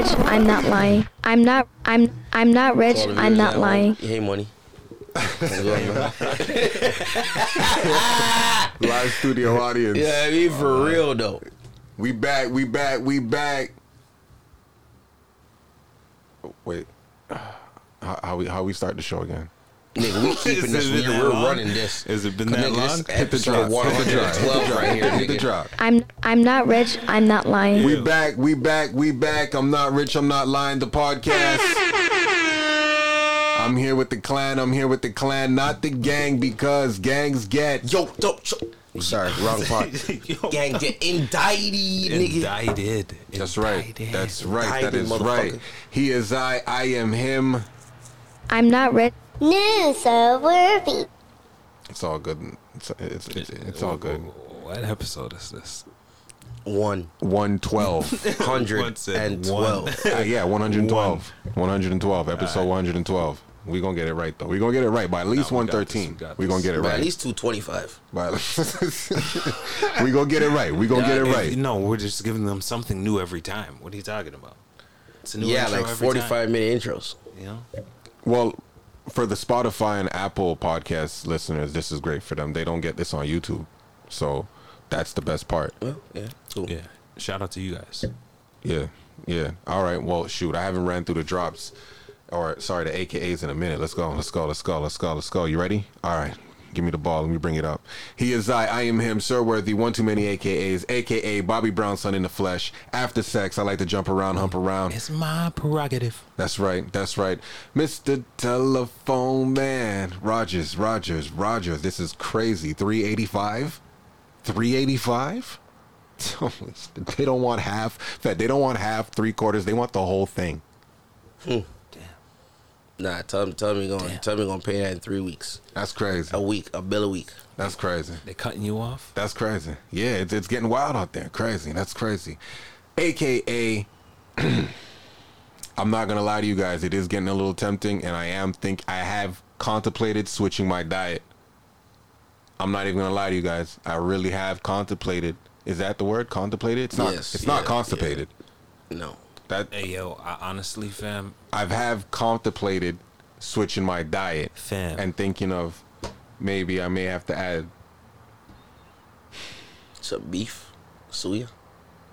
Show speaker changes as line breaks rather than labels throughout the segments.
I'm not lying. I'm not. I'm. I'm not rich.
All the
I'm
niggas
not
at home,
lying.
You hate money.
Live studio audience.
yeah, I mean for real though.
We back, we back, we back. Wait. How, how we how we start the show again?
Nigga, we keeping
Has
this.
it
We,
been that
we're
long?
running this.
Has it been
Cause,
that
nigga,
long?
this
Hit the
episode
drop.
one
Hit the
hundred
drop.
and twelve right here.
Hit the
nigga.
drop.
I'm. I'm not rich. I'm not lying.
We back, we back, we back. I'm not rich, I'm not lying. The podcast. I'm here with the clan. I'm here with the clan, not the gang, because gangs get.
Yo, yo, yo. Sorry, wrong part. Gang get indicted, nigga.
Indicted.
That's right.
Indicted.
That's right.
Indicted,
That is
motherfucker.
right. He is I. I am him.
I'm not rich.
News of Worthy.
It's all good. It's it's it's, it's all good.
What episode is this?
One
One twelve.
hundred
One said
and
one.
twelve.
Uh, yeah, 112. 112. Episode 112. We're going to get it right, though. We're going to get it right by at least
No, we got this,
113.
we got
We're going to
this.
get it
But at
right.
least two twenty five.
We're going to get it right. We're going to get it
If-
right.
No, we're just giving them something new every time. What are you talking about? It's a new
Yeah,
intro
like
every
forty five
time,
minute intros.
You know?
Well, for the Spotify and Apple podcast listeners, this is great for them. They don't get this on YouTube. So that's the best part.
Well, yeah, cool.
Yeah. Shout out to you guys.
Yeah. Yeah. All right. Well, shoot. I haven't ran through the drops or, sorry, the AKAs in a minute. Let's go. Let's go. Let's go. Let's go. Let's go. You ready? All right. Give me the ball. Let me bring it up. He is I. I am him. Sir Worthy. One too many AKAs. AKA Bobby Brown, son in the flesh. After sex, I like to jump around, hump around.
It's my prerogative.
That's right. That's right. Mr. Telephone Man. Rogers, Rogers, Rogers. This is crazy. 385? 385? they don't want half. in fact, They don't want half, three quarters. They want the whole thing.
Nah, tell me, tell me, going, to tell me, going to pay that in three weeks,
That's crazy.
a week, a bill a week.
That's crazy.
They're cutting you off.
That's crazy. Yeah, it's, it's getting wild out there. Crazy. That's crazy. AKA, I'm not gonna lie to you guys. It is getting a little tempting, and I am think I have contemplated switching my diet. I'm not even gonna lie to you guys. I really have contemplated. Is that the word? Contemplated? It's not.
Yes,
it's
yeah,
not constipated.
No,
That
Hey, yo, I, honestly, fam,
I've have contemplated switching my diet
Fam.
and thinking of maybe I may have to add
some beef, suya.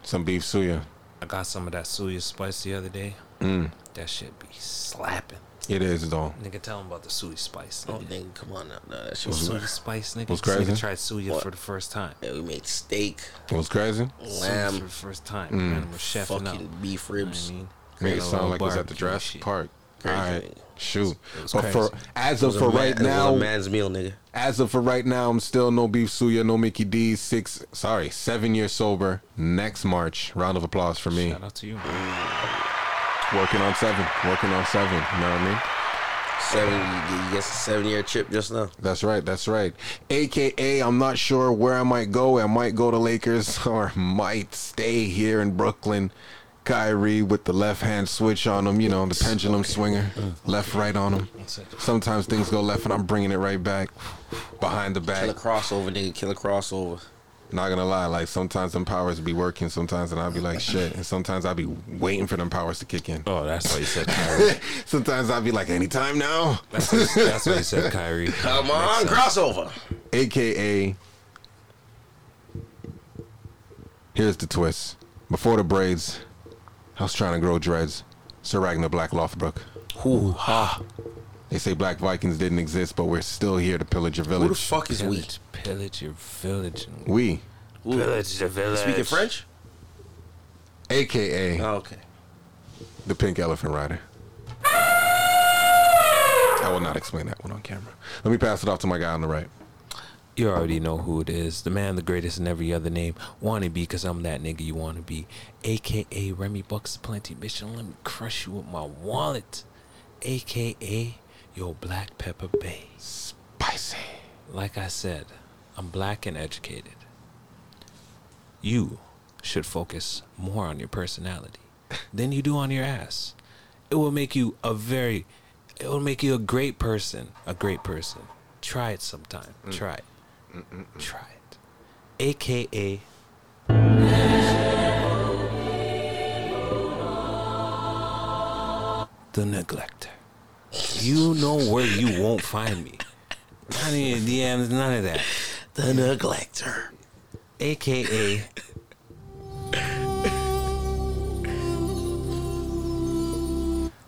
some beef suya.
I got some of that suya spice the other day. That shit be slapping.
It is though.
Nigga, tell them about the suya spice.
Oh,
Nigga.
nigga, come on now. No, that shit was
Suya spice, nigga.
What's
This
crazy?
Nigga tried suya
What?
for the first time.
Yeah, we made steak,
It was crazy.
Lamb. for the
lamb,
first time. Mm. Was chefing up.
fucking beef
You know what
ribs.
I mean?
Make it
Got a
sound
little
like it was at the
barbecue
draft
shit.
park. All
Crazy.
right, shoot.
was
But for
crazy.
as of
It was a
for
man-
right
it was a
now,
man's meal, nigga.
as of for right now, I'm still no beef suya, no Mickey D. Six, sorry, seven years sober. Next March, round of applause for me.
Shout out to you. Man.
Working on seven, working on seven. You know what I mean?
Seven, you you get a seven year chip just now.
That's right. That's right. AKA, I'm not sure where I might go. I might go to Lakers or might stay here in Brooklyn. Kyrie with the left hand switch on him, you know, the pendulum swinger, left right on him. Sometimes things go left and I'm bringing it right back behind the
Kill a
back.
crossover, nigga. Kill a crossover.
Not gonna lie, like sometimes them powers be working, sometimes and I'll be like shit, and sometimes I'll be waiting for them powers to kick in.
Oh, that's why you said Kyrie.
Sometimes I'll be like, anytime now.
that's, why, that's why you said Kyrie.
Come on, crossover.
aka here's the twist before the braids i was trying to grow dreads sir ragnar black lothbrok
Who? Ha.
they say black vikings didn't exist but we're still here to pillage your
Who the
village
fuck is we?
Pillage, pillage your village. And
we
Who-
Pillage the village.
Speaking French?
aka
Oh, okay.
the pink elephant rider i will not explain that one on camera let me pass it off to my guy on the right
You already know who it is. The man, the greatest in every other name. Wanna be, cause I'm that nigga you wanna be. AKA Remy Bucks Plenty Mission. Let me crush you with my wallet. AKA your Black Pepper Bay.
spicy
Like I said, I'm black and educated. You should focus more on your personality than you do on your ass. It will make you a very, it will make you a great person. A great person. Try it sometime. Try it. Try it. AKA. the neglecter. You know where you won't find me. None of your DMs, none of that.
The neglector.
AKA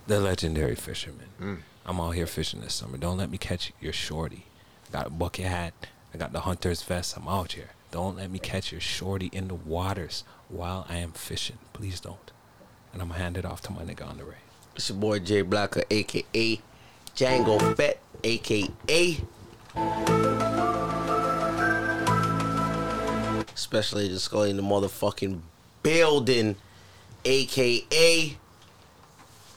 the legendary fisherman. I'm out here fishing this summer. Don't let me catch your shorty. I got a bucket hat. I got the hunter's vest. I'm out here. Don't let me catch your shorty in the waters while I am fishing. Please don't. And I'm gonna hand it off to my nigga on the ray.
It's your boy Jay Blocker, aka Django Fett, aka Special Agent Scully in the motherfucking building, aka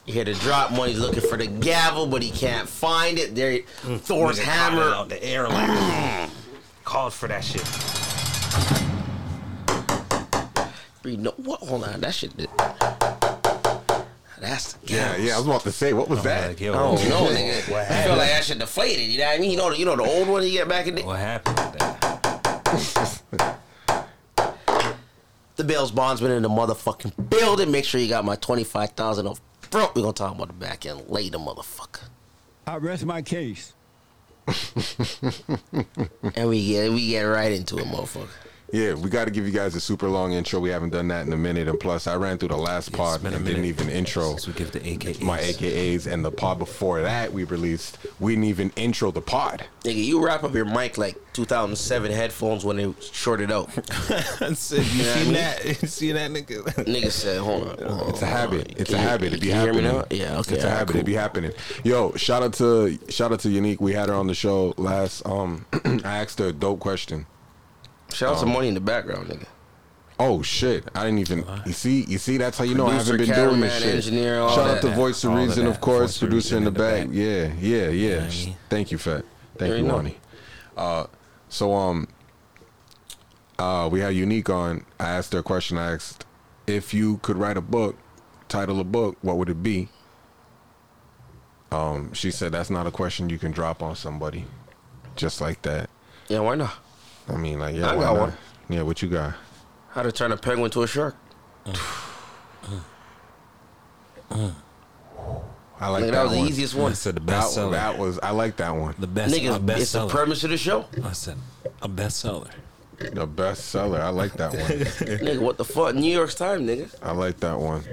You hear the drop money's looking for the gavel, but he can't find it. There Thor's
Mm, Nigga caught it
hammer.
out the air like called for that shit.
Read No, what hold on, that shit did. That's the
Yeah,
gavels.
yeah. I was about to say, what was that?
Like, yo,
Oh no,
what-
nigga.
What
I feel
happened?
like that shit deflated. You know what I mean? You know the, you know the old one he got back in the
What happened with that?
The Bell's Bondsman in the motherfucking building. Make sure you got my 25,000 up front. We're going to talk about the back end later, motherfucker.
I rest my case.
Hmm.
And we get we get right into it, motherfucker.
Yeah, we got to give you guys a super long intro. We haven't done that in a minute, and plus, I ran through the last pod
been
and
a
didn't
minute
even intro
since we give the AKAs.
my AKAs, and the pod before that we released, we didn't even intro the pod.
Nigga, you wrap up your mic like 2007 headphones when they shorted out.
Said, you
know
seen
what
that? You seen that nigga?
Nigga said, hold on. hold on,
It's
hold
a
on.
habit. It's
Oh, Can
a
you-
habit. It be
can you hear me
happening.
now? Yeah, okay.
It's a
all right,
habit. It be
cool.
happening. Yo, shout out to shout out to Unique. We had her on the show last. Um, I asked her a dope question.
Shout out
Um,
to money in the background, nigga.
Oh shit! I didn't even. You see, you see. That's how you know I haven't
Producer,
been doing this
cameraman,
shit.
engineer, all
Shout out
that.
to Voice of
All of
Reason, of
that.
course.
Voice of
Producer in the
Reason
back. Yeah, yeah, yeah.
I mean?
Thank you, Fat. Thank
There
you,
you go.
Ronnie. Uh, so um, uh, we had Unique on. I asked her a question. I asked if you could write a book, title a book, what would it be? Um, she said that's not a question you can drop on somebody, just like that.
Yeah, why not?
I mean, like yeah,
I
why
got
not?
one.
Yeah, what you got?
How to turn a penguin to a shark.
I like
Nigga,
that,
that was the
one.
easiest one.
I said the best
That,
seller.
that was I like that one.
the best. a
Nigga, it's the
bestseller.
premise of the show.
I said a bestseller.
The bestseller. I like that one.
nigga, what the fuck? New York's time, nigga.
I like that one.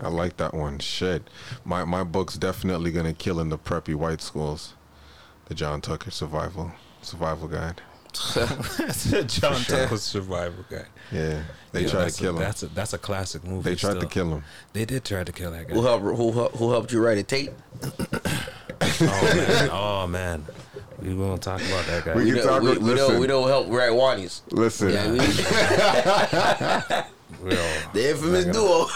I like that one. Shit, my my book's definitely gonna kill in the preppy white schools. The John Tucker survival survival guide.
John
sure.
Tucker's survival guy.
Yeah, they
Yo,
tried
that's
to
a-
kill him.
That's a that's a classic movie.
they tried to
still.
kill him.
They did try to kill that guy.
Who helped, who, helped- who helped you write a tape?
Oh man. Oh man. We won't talk about that guy.
We
We
You
don't,
talk-
we, we
listen.
don't, we don't help write Wani's.
Listen,
Yeah, we-
We're
the infamous
Not
duo.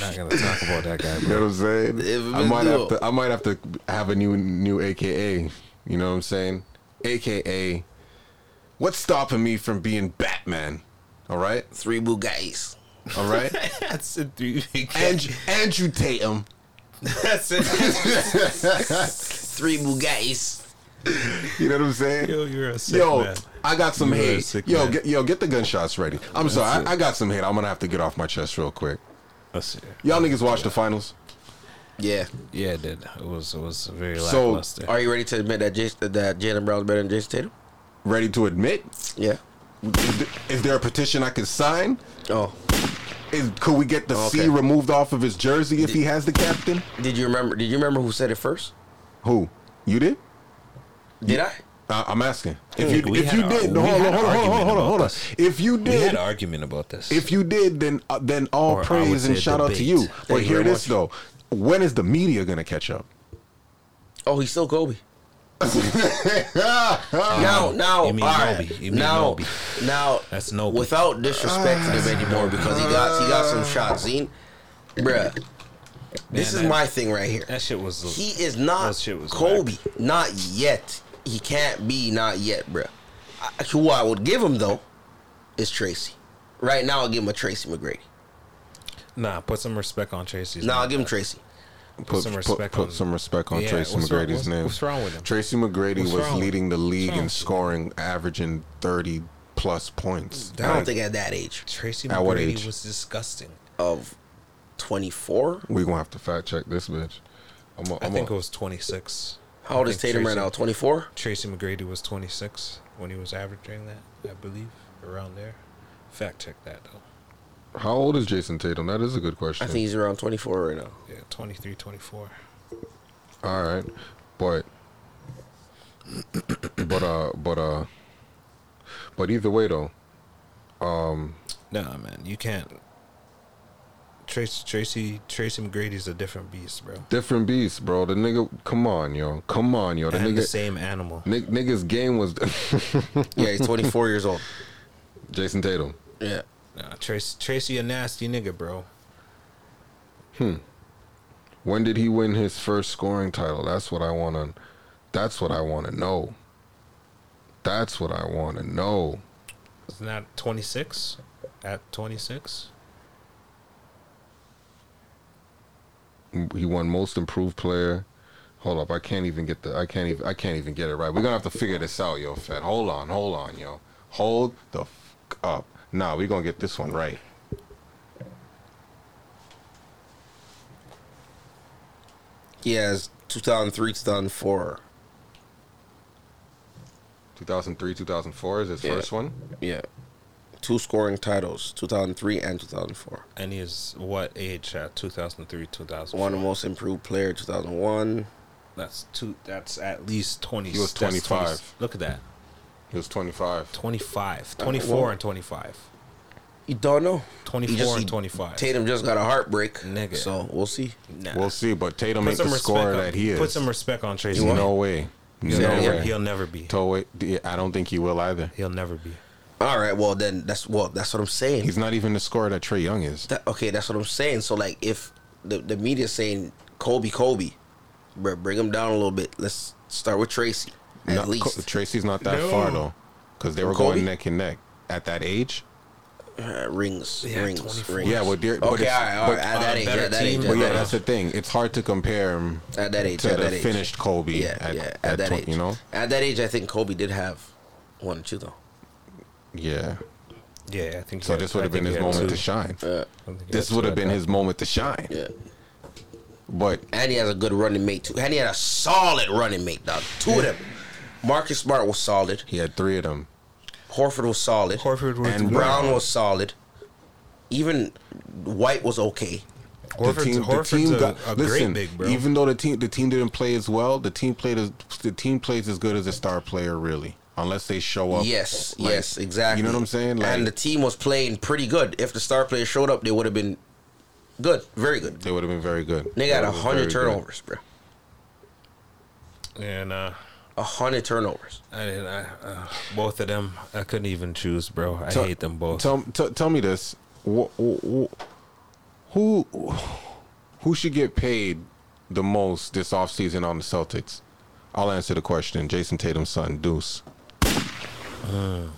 not gonna talk about that guy,
you know
bro.
what I'm saying.
If
I
it's
might have
doable.
to. I might have to have a new new AKA. You know what I'm saying? AKA, what's stopping me from being Batman? All right,
Three Bugattis.
all right.
That's a three big
Andrew, Andrew Tatum.
That's it.
Three Bugattis.
You know what I'm saying?
Yo,
Yo,
you're a sick man.
I got some
You are a
hate.
sick
Yo,
man.
get, yo, get the gunshots ready. I'm sorry, I, I got some hate. I'm gonna have to get off my chest real quick.
That's it.
Y'all niggas watch the finals.
Yeah.
Yeah, it did. It was it was very
So,
lackluster.
Are you ready to admit that Jason, that Jalen Brown's better than Jason Tatum?
Ready to admit?
Yeah.
Is there a petition I could sign?
Oh.
Is, could we get the C
Okay.
removed off of his jersey if he has the captain?
Did you remember? Did you remember who said it first?
Who? You did?
Did I?
I, I'm asking. If you
We
if
had
you
a-
did, no,
we
hold on,
had
hold
an
on, hold on, hold
argument
on, hold
about
on.
this.
If you
we had
did,
an argument about this.
If you did, then uh, then all
Or I would
praise
say
and shout out to
debate.
you. But
you
here
very
it is
much.
though. When is the media gonna catch up?
Oh, he's still Kobe. now, now, all
you mean
right.
Kobe. You mean
now,
Kobe.
now,
That's Nobe.
Without disrespect to him anymore, because he got he got some shots. He, bruh, this
Man,
is
that-
my thing right here.
that shit was
He
he,
is not
That shit was
Kobe. Not yet. He can't be not yet, bruh. I, who I would give him though is Tracy. Right now, I'll give him a Tracy McGrady.
nah. Put some respect on Tracy's.
No,
name.
I'll give him Tracy.
Put,
some
put-
respect
put
on-
some respect on
Yeah,
Tracy
what's wrong-
McGrady's
what's-
name.
what's wrong with him?
Tracy McGrady
What's
was
wrong with
leading the
him?
league
What's wrong
in
with him?
scoring, averaging thirty plus points.
I don't
Like,
think at that age
Tracy
At what
McGrady
age?
was disgusting.
of 24.
We gonna have to fact check this bitch. I'm a,
I
I'm
think
a,
it was 26.
How old
I
is
think
Tatum right
Tracy-
now? 24.
Tracy McGrady was 26 when he was averaging that, I believe, around there. Fact check that though.
how old is Jason Tatum? That is a good
I
question.
think he's around 24 right now.
Yeah, 23, 24.
All right, but but uh but uh but either way though,
Nah, man, you can't. Tracy, Tracy, Tracy McGrady's a different beast, bro.
different beast, bro. The nigga, come on, yo, come on, yo. The
And the
nigga,
same animal.
ni- nigga's game was
Yeah, he's 24 years old.
Jason Tatum.
Yeah.
Nah, Tracy, Tracy, a nasty nigga, bro.
When did he win his first scoring title? That's what I want to. That's what I want to know. That's what I want to know.
It's not 26 at 26.
He won Most Improved Player. Hold up, I can't even get the. I can't even. I can't even get it right. We're gonna have to figure this out, yo, Fed. Hold on, hold on, yo. Hold the f- up. Nah, we gonna get this one right.
Yeah, it's 2003, 2004.
2003, 2004 is his
Yeah.
first one.
Yeah. Two scoring titles, 2003 and 2004.
And he is what age uh, at 2003, 2004?
Won the most improved player, 2001.
That's two. That's at least 20.
He was
that's 20
25.
look at that.
He was 25. Uh,
25. 24
well-
and 25.
You don't know.
24
He just-
and
he-
25.
Tatum just got a heartbreak.
Nigga.
So we'll see.
Nah.
We'll see, but Tatum
put
ain't the
some
scorer
respect on,
that he is.
Put some respect on Tracy.
no way. No
He'll, never,
way.
he'll never be.
To- wait, yeah, I don't think he will either.
He'll never be.
All right. Well, then that's well. That's what I'm saying.
He's not even the scorer that Trey Young is.
That- okay, that's what I'm saying. So like, if the the media's saying Kobe, Kobe, bro, bring him down a little bit. Let's start with Tracy at
Not-
least.
Co- Tracy's not that far though, because they were
Kobe?
going neck and neck at that age.
Uh, rings,
Yeah,
rings,
24.
rings.
Yeah, well, dear,
okay,
but
all
it's-
right, all
but-
right. At
uh,
that age,
better
at that
team,
age,
but
at
But yeah,
that
that's
age.
the thing. It's hard to compare him
At that age,
to
at
the
that age.
finished Kobe.
Yeah,
at,
yeah.
at,
At, that
twen-
age,
you know.
At that age, I think Kobe did have one or two though.
Yeah.
Yeah, I think
So
he-
this would
I
have been
think
his
he had
moment
two.
to shine.
I think he
this
had
would
two
have
at
been
that.
his moment to shine.
Yeah,
But
and he has a good running mate too. And he had a solid running mate, dog. Two of them. Marcus Smart was solid.
he had three of them.
Horford was solid.
Horford was
And
Brown was solid. Even White was okay.
Horford's, Horford's a, a
listen,
great big bro.
Even though the team the team didn't play as well, the team played as the team plays as good as a star player really, unless they show up.
Yes,
like,
yes, exactly.
You know what I'm saying? Like
and the team was playing pretty good. If the star player showed up, they would have been good, very good.
they would have been very good.
They got
got
a hundred turnovers, bro.
and uh,
A hundred turnovers.
I, didn't- I, uh, both of them, I couldn't even choose, bro. I hate them both.
Tell t- tell me this: wh- wh- wh- who who should get paid the most this offseason on the Celtics? I'll answer the question. Jason Tatum's son, Deuce.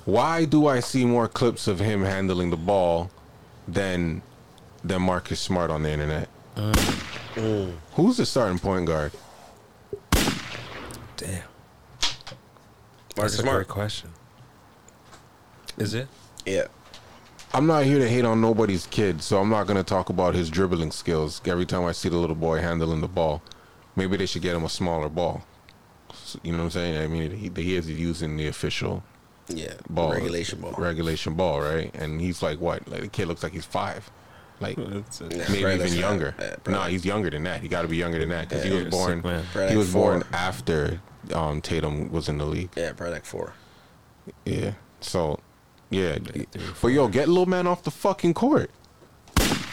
Why do I see more clips of him handling the ball than than Marcus Smart on the internet?
Uh.
Who's the starting point guard?
Damn,
Marcus
that's a great
Smart.
question. Is it?
Yeah.
I'm not here to hate on nobody's kid, so I'm not going to talk about his dribbling skills every time I see the little boy handling the ball. Maybe they should get him a smaller ball. S- You know what I'm saying? I mean, he, he is using the official
Yeah.
ball.
Regulation ball.
Regulation ball, right? And he's like, what? Like, the kid looks like he's five. Like,
Yeah,
maybe
probably
even
less than
younger.
that. Yeah, probably.
nah, he's younger than that. He got to be younger than that because
Yeah,
he
you're
was
a
born.
sick man.
Probably
He was
like
born
four.
after um, Tatum was in the league.
Yeah, probably like four.
Yeah. So, yeah. But yo, get little man off the fucking court.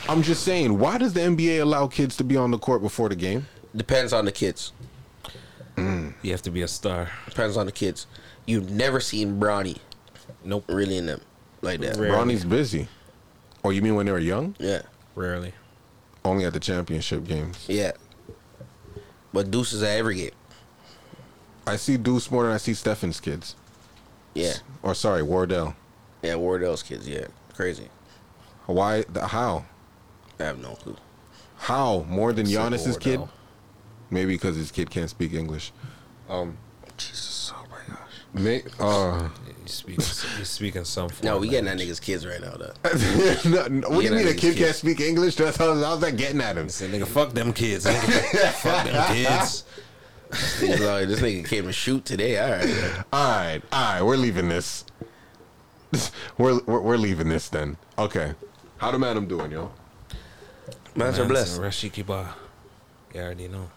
I'm just saying, why does the NBA allow kids to be on the court before the game?
Depends on the kids.
You have to be a star.
Depends on the kids. You've never seen Bronny
Nope,
really in them like that.
Rare.
Ronnie's busy. Oh, you mean when they were young?
Yeah.
rarely.
Only at the championship games.
Yeah. But Deuce is at every game.
I see Deuce more than I see Stefan's kids.
Yeah.
Or sorry, Wardell.
Yeah, Wardell's kids, yeah. Crazy.
Why? The, how?
I have no clue.
How more than
Simple
Giannis's kid?
Wardell.
Maybe because his kid can't speak English.
Jesus, oh my gosh.
May, Um, uh,
You speak. You speak in some form.
No, we
of
getting that
language.
nigga's kids right now, though.
No, no, what do
Yeah,
you mean
that
a
nigga's
kid
cute.
can't speak English? That's how how's that getting at him.
Say, nigga, fuck them kids. Nigga. fuck them kids.
He's like, this nigga came and shoot today. All right.
All right, all right, we're leaving this. We're we're, we're leaving this then. Okay, how the madam doing, yo?
Man's are blessed.
Rashiki Ba. You already know.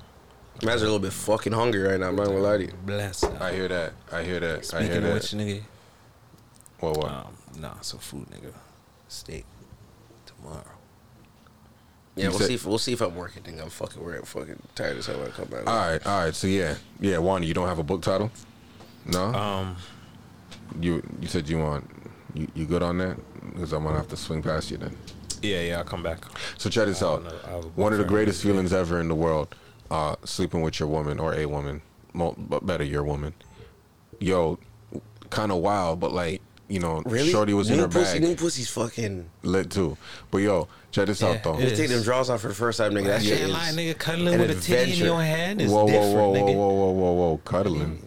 Man's are a little bit fucking hungry right now. I'm not gonna lie to you.
Blessed.
I hear that. I hear that. I hear
Speaking of
that.
which, nigga.
What what?
Um, nah, some food, nigga. Steak tomorrow.
Yeah,
You
we'll
said-
see. If, we'll see if I'm working. Think I'm fucking. We're fucking tired as hell. when I come back.
all right, all right. So yeah, yeah. Wanda, you don't have a book title? No.
Um,
you you said you want you, you good on that? Because I'm gonna have to swing past you then.
yeah, yeah, I'll come back.
So check this out.
know. I have a
One of the
boyfriend.
greatest feelings ever in the world, uh, sleeping with your woman or a woman, mo- but better your woman. Yo, kind of wild, but like you know, Shorty was
new
in her
pussy, New
bag,
pussy's fucking.
lit too. But yo, check this
Yeah,
out though.
it
You take
is.
them draws off for the first time, nigga. That
Yeah,
shit is.
lie, nigga, cuddling
an
with a titty
adventure.
in your hand is
Whoa, whoa,
different,
whoa, whoa,
nigga.
whoa, whoa, whoa, whoa, cuddling.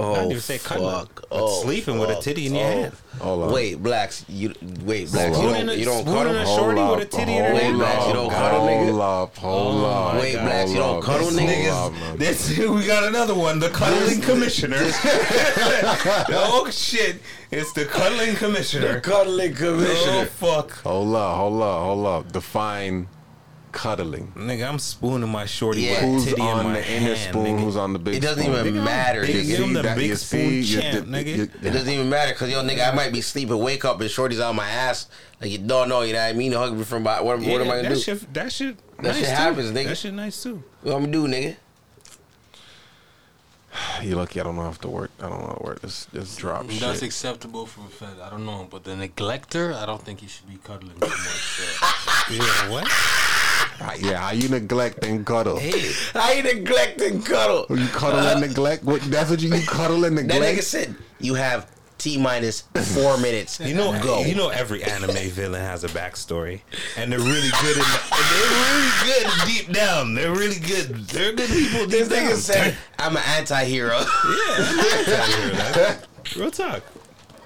Oh,
I didn't even say cuddling,
fuck. Oh.
but sleeping with a titty in your hand.
Hold on.
Wait, blacks. You wait, blacks.
on.
You
Spooning
don't. Oh,
a-
You don't
spooning
cuddle.
a
Hold-
shorty
up,
with a titty in her
Wait,
hand.
Blacks, you don't cuddle,
hold
nigga.
up,
Oh,
hold up.
Wait, Blacks, you don't
hold
cuddle,
up,
niggas.
hold up, man.
This we got another one, the cuddling commissioner. oh shit, it's the cuddling commissioner.
Cuddling
Oh fuck,
Hold up, hold up, hold up. Define cuddling.
nigga, I'm spooning my shorty
Yeah.
with a
Who's
titty in
on
my
the inner
hand.
spoon? Who's on the big
It doesn't
spoon?
even matter,
They
nigga.
give him
see
the
that-
big
you
spoon
see, you-
champ,
you-
nigga.
you-
It doesn't even matter because yo nigga, I might be sleeping, wake up, and shorty's on my ass. Like you don't know, you know what I mean? Hug me from my. What, what am I gonna
that
do?
Shit, that shit,
That shit
too.
happens, nigga.
That shit nice too.
What I'm gonna do, nigga?
you lucky I don't know how to work. I don't know how to work this this drop
Mm,
shit.
That's acceptable for a fed. I don't know, but the neglector, I don't think he should be cuddling too much. uh,
Yeah, what?
yeah, how you neglect and cuddle?
How you neglect and cuddle?
You cuddle and neglect. What, that's what you, you cuddle and
That
neglect.
nigga said you have T minus four minutes.
You know,
go.
you know, every anime villain has a backstory, and they're really good. In and they're really good deep down. They're really good. They're good people. Deep
this
down.
nigga said I'm an anti-hero.
Real talk.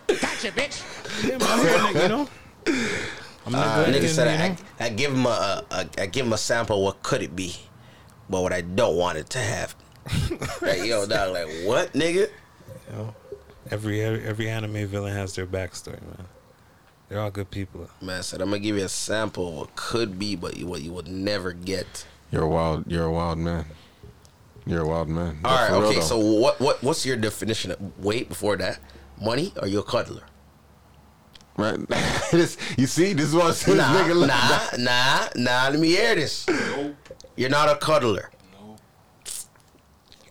Gotcha, bitch. Yeah, man, you know. I'm not
Uh,
good.
nigga
you
said
know?
I, I, I give him a, a, a I give him a sample. What could it be? But what I don't want it to have. like yo, dog. Like what, nigga?
You know, every, every every anime villain has their backstory, man. They're all good people.
Man said I'm gonna give you a sample. of What could be, but you, what you would never get.
you're a wild. You're a wild man. You're a wild man.
All right.
For real,
Okay.
though.
So what what what's your definition of wait before that? Money? Are you a cuddler?
right, this, you see, this is what I said.
Nah,
nigga, look,
nah, nah, nah. Let me hear this. You're not a cuddler.
no.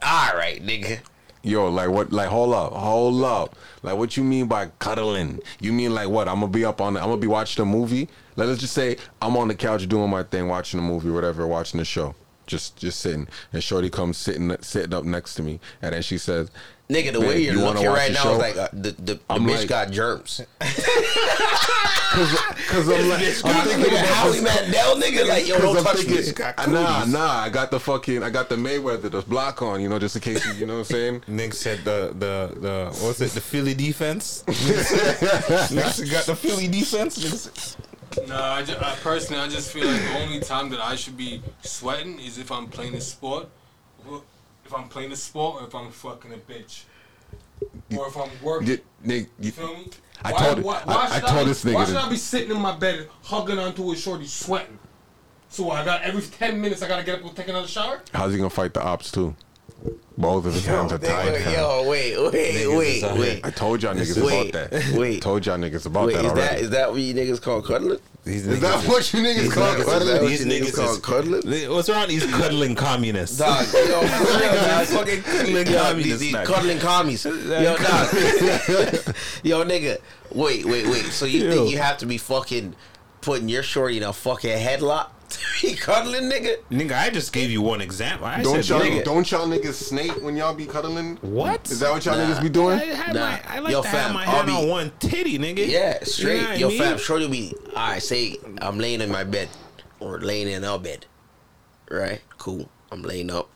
All right, nigga.
Yo, like what? Like hold up, hold up. Like what you mean by cuddling? You mean like what? I'm gonna be up on. I'm gonna be watching a movie. Like, let's just say I'm on the couch doing my thing, watching a movie, whatever, watching the show. Just just sitting, and Shorty comes sitting sitting up next to me, and then she says,
Nigga, the
"Babe,
way you're
wanna
looking
watch
right
the
now
show?"
is like uh, the the, the
I'm
bitch
like-
got germs.
Cause I'm like, I'm thinking
Nigga,
about
Howie Mandel, nigga, like yo, don't
Cause I'm
touch me.
thinking, Ah, nah, nah. I got the fucking, I got the Mayweather, the block on, you know, just in case you, you know what I'm saying.
Nick said the the the what's it? The Philly defense. Nick got the Philly defense.
No, I, ju- I personally, I just feel like the only time that I should be sweating is if I'm playing a sport, or if I'm playing a sport, or if I'm fucking a bitch, or if I'm working.
You, Nick, you,
You feel me?
I told- I- I
should
told
be-
this nigga
Why
to-
should I be sitting in my bed hugging onto a shorty sweating? So I got every ten minutes I gotta get up and take another shower.
how's he gonna fight the ops too? Both of his hands are tied.
Nigga,
fam.
Yo, wait, wait,
Niggas
wait,
is out
wait.
I told y'all niggas
Wait,
about that.
wait.
Told y'all niggas about
Wait,
that
is that
already.
is that what you niggas call cuddling?
These
is that what you niggas call
niggas-
cuddling?
What
These
you niggas
niggas
call
is-
cuddling?
Li- What's wrong? These cuddling communists.
Dog, yo, for real, dog.
fucking cuddling
Yo,
communists,
these- these
man.
cuddling commies. Yo, dog. Yo, nigga. Wait, wait, wait. So you
Yo.
think you have to be fucking putting your shorty in a fucking headlock to be cuddling, nigga?
Nigga, I just gave you one example. I
Don't
said,
y'all
nigga,
don't y'all niggas snake when y'all be cuddling?
What?
Is that what y'all
Nah.
niggas be
I,
doing?
had
Nah.
my, I like
Yo,
to
fam,
have my
I'll
hand
be-
on one titty, nigga.
Yeah, straight.
You know what
yo,
I mean?
fam, shorty be. I say I'm laying in my bed or laying in our bed. Right? Cool. I'm laying up.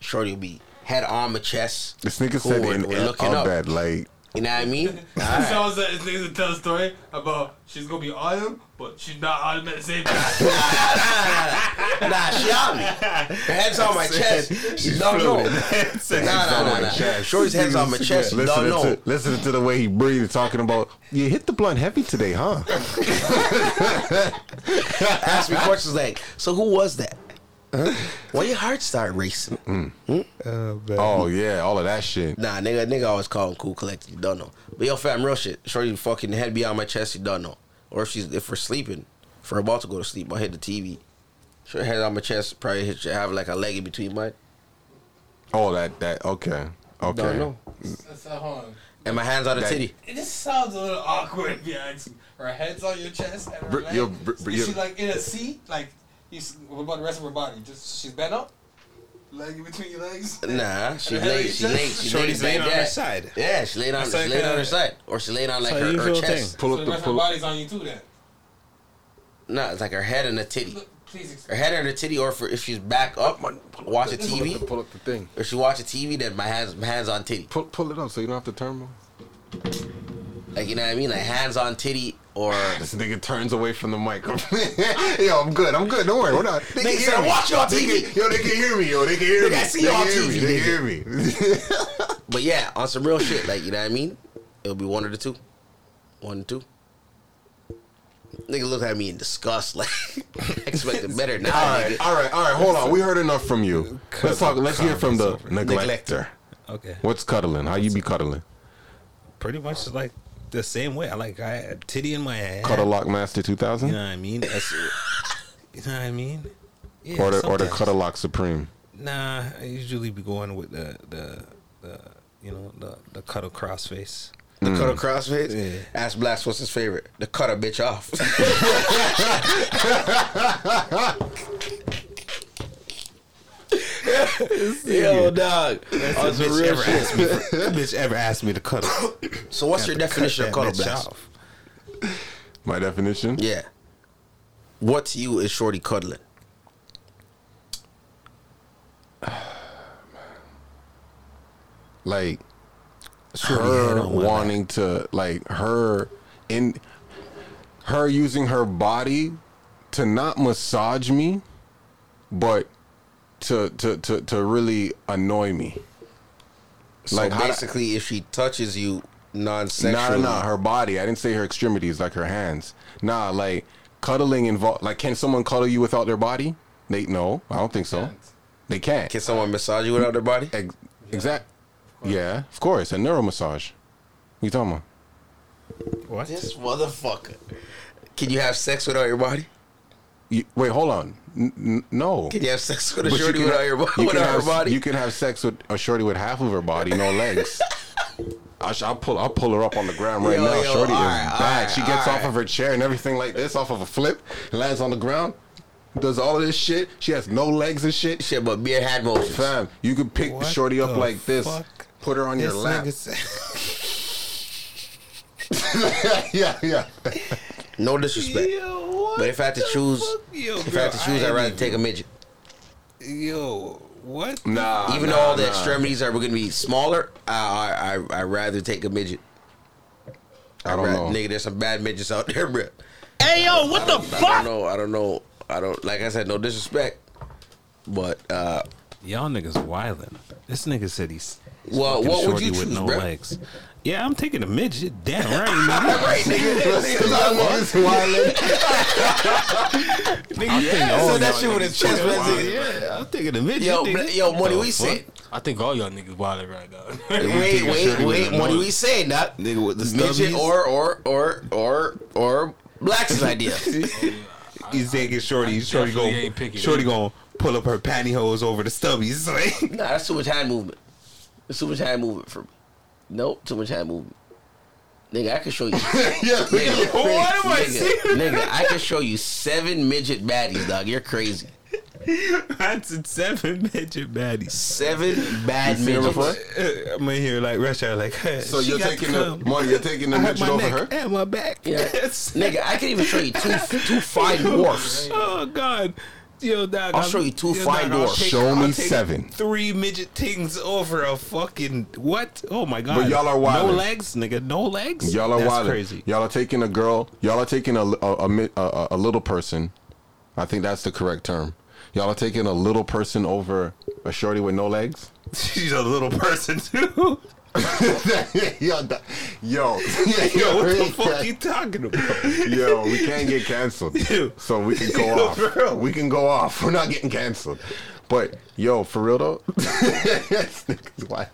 Shorty will be head on my chest.
This nigga
Cool,
said
we're-
in
we're
in
looking
our
up.
bed, like
You know what I mean?
So I was like, this nigga's tell a story about she's gonna be autumn, but she's not autumn at the same time.
Nah, she on me. Her head's on my chest. She don't know. Nah, nah, nah, nah. Shorty's head's on my chest. You don't
Listen
know.
to, listen to the way he breathed, talking about you hit the blunt heavy today, huh?
Ask me questions like, so who was that? Why your heart start racing?
Uh,
oh yeah, all of that shit.
Nah, nigga, nigga always call him cool collected. You don't know. But yo, fam, real shit. Shorty fucking head be on my chest. You don't know. Or if she's if we're sleeping, if we're about to go to sleep, I hit the TV. Shorty head on my chest. Probably hit have like a leg in between mine.
All that that okay, okay.
Don't know.
That's not hard.
And my hands on the
That-
titty.
It just sounds a little awkward if you ask me. Her head's on your chest and her
Br-
leg.
your br- br-
is she
your-
like in a C? Like, you, s- what about the rest of her body? Just she's bent up, leg in between your legs.
Nah, she
And her
laid, she laid,
head is just-
she laid,
Shorty's laying
back
on her
down.
side.
Yeah, she laid on,
That's
she
like uh,
laid on
a-
her side, or she laid on like
a
her, her
usual
chest.
So
Pull
the
up the
rest of her
pull. up-
body's on you too then.
No, it's like her head and her titty.
Look, please
Her
explain.
head and her titty, or for, if she's back up, watch a
Pull up the,
TV,
pull up the thing.
or she watch a TV, then my hands, my hands on titty.
Pull pull it up so you don't have to turn. Them.
Like you know what I mean? Like hands on titty, or
This nigga turns away from the mic. yo, I'm good. I'm good. Don't worry. We're not.
Nigga
They can
said,
hear me.
"Watch you on
They
TV."
can- yo, they can hear me. Yo, they can hear
Nigga,
me.
I see
They
you on
can hear
TV,
me. They can hear me.
but yeah, on some real shit. Like you know what I mean? It'll be one of the two, one or two. Nigga look at me in disgust. Like expected better now.
All right,
nigga.
all right, all right. Hold on. We heard enough from you. Let's talk. Let's hear from the neglector.
Okay.
What's cuddling? How you be cuddling?
Pretty much like the same way. I like I a titty in my ass.
Cuddle Lock Master 2000
You know what I mean? That's, you know what I mean? Yeah,
or the or the
sometimes.
Cuddle Lock Supreme?
Nah, I usually be going with the the, the you know the the cuddle cross face.
The
Mm.
cutter crossfits.
Yeah.
Ask Blast what's his favorite. The cutter bitch off. Yo, dog.
That's the bitch ever asked me. For, that bitch ever asked me to cuddle.
So, what's your
Got to cut
definition of
that
cuddle
bitch
blast?
off.
My definition.
Yeah. What to you is shorty cuddling?
Like
head
her
on my
wanting to like her in her using her body to not massage me, but to to to to really annoy me.
So
Like, how-
basically, if she touches you
Nah,
non-sexually,
nah, her body. I didn't say her extremities, like her hands. Nah, like cuddling involved. Like, can someone cuddle you without their body? They no, I don't think so. They can't.
can someone massage you without their body?
Ex- exact. yeah, of course. A neuromassage. What you talking about?
What?
This motherfucker. Can you have sex without your body?
You, wait, hold on. N- n- no.
Can you have sex with a
But
shorty
can-
without your bo-
you can
without her
have-
body?
You can have sex with a shorty with half of her body, no legs. I sh- I'll pull. I'll pull her up on the ground right
Yo,
now.
yo,
Shorty is
alright,
bad.
alright,
she gets off
alright.
of her chair and everything like this, off of a flip, lands on the ground, does all of this shit. She has no legs and shit.
Shit, but beer hand motions.
Fam, you could pick
What
shorty up
the
like this,
fuck?
put her on
This
your lap.
nigga said-
yeah, yeah.
No disrespect.
Yo, what
But if I had to
the
choose,
fuck? Yo,
if I
bro,
had to choose, I'd
ain't
rather
even-
take a midget.
Yo, what?
Nah.
Even
Ah, nah,
though all the
nah.
extremities are going to be smaller, I I I I'd rather take a midget.
I don't
I'd
know.
rather- Nigga, there's some bad midgets out there, bro.
Hey yo, what the
I don't
fuck?
know. I don't know. I don't. Like I said, no disrespect, but uh,
Y'all niggas wildin'. This nigga said he's
Well,
fucking
what would you
shorty with
choose,
no
bruh?
legs. Yeah, I'm taking a midget. Damn right, nigga.
Niggas wildin'.
I'm taking-
so
oh,
that
y'all
shit with his
niggas
chest,
fucking
man,
wild. Yeah, I'm taking a midget.
yo,
nigga.
bl- yo, money, we
The
say.
I think all y'all niggas wild right now.
Wait, wait,
shorty
wait,
with a
money,
nose.
we say that
Nigga with the
midget
stubbies.
or or or or or black's idea.
He's taking shorty. shorty
definitely
going.
ain't picking
Shorty
it.
going pull up her pantyhose over the stubbies. Like,
Nah, that's too much hand movement. That's too much hand movement for me. Nope, too much hand movement. Nigga, I can show you.
Yeah,
nigga,
What am I
nigga,
seeing?
Nigga, I can show you seven midget baddies, dog. You're crazy.
that's a seven midget baddies.
Seven bad
seen her before?
midgets.
Uh, I'm in here like rush hour. Like, hey,
So
she
you're
got to
taking the
come.
money. You're taking the
I
midget
have my
over her.
neck and my back.
Yeah.
Yes.
Nigga, I can even show you two two fine dwarfs.
Oh God. Yo, dog,
I'll
I'm-
show you two
yo,
fine
dog, I'll
doors.
take-
Show me
I'll take
seven.
Three midget things over a fucking what? Oh my god!
But y'all are
wild.
wildin'.
No legs, nigga. No legs.
Y'all are
That's
wild.
Crazy.
Y'all are taking a girl. Y'all are taking a, a, a, mi- a, a- a little person. I think that's the correct term. Y'all are taking a little person over a shorty with no legs.
She's a little person too.
yo, da- yo,
Yo, what the fuck you talking about?
Yo, we can't get canceled,
Ew.
so we can
Yo,
go
for
off.
real.
We can go off. We're not getting canceled. But yo, for real though, This nigga's wild.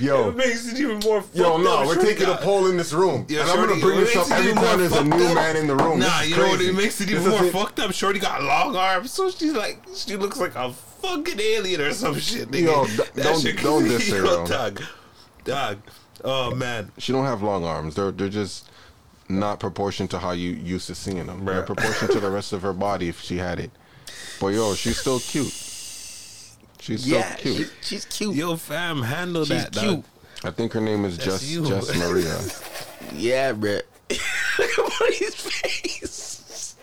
yo,
It makes it even more.
Yo,
fucked
no,
up,
we're
shorty
taking a
dog.
poll in this room,
Yeah,
and I'm gonna
shorty,
bring
it
this up
makes it
every
even
time
more
there's a new
fucked up.
man in the room. This
Nah,
is
you know what?
crazy.
It makes it
This
even
is
more
it.
fucked up. Shorty got long arms, so she's like, she looks like a fucking alien or some shit. Nigga.
Yo, d- don't- don't diss her,
yo,
though.
Dog, dog. Oh man,
She don't have long arms. They're they're just not proportioned to how you used to seeing them. They're proportioned to the rest of her body if she had it. But yo, she's still cute. She's still
yeah,
cute.
she- she's cute.
yo, fam, handle
she's
that.
cute.
Dog.
I think her name is
That's
Jess
you.
Jess Maria.
Yeah, bruh. Look at Marty's face.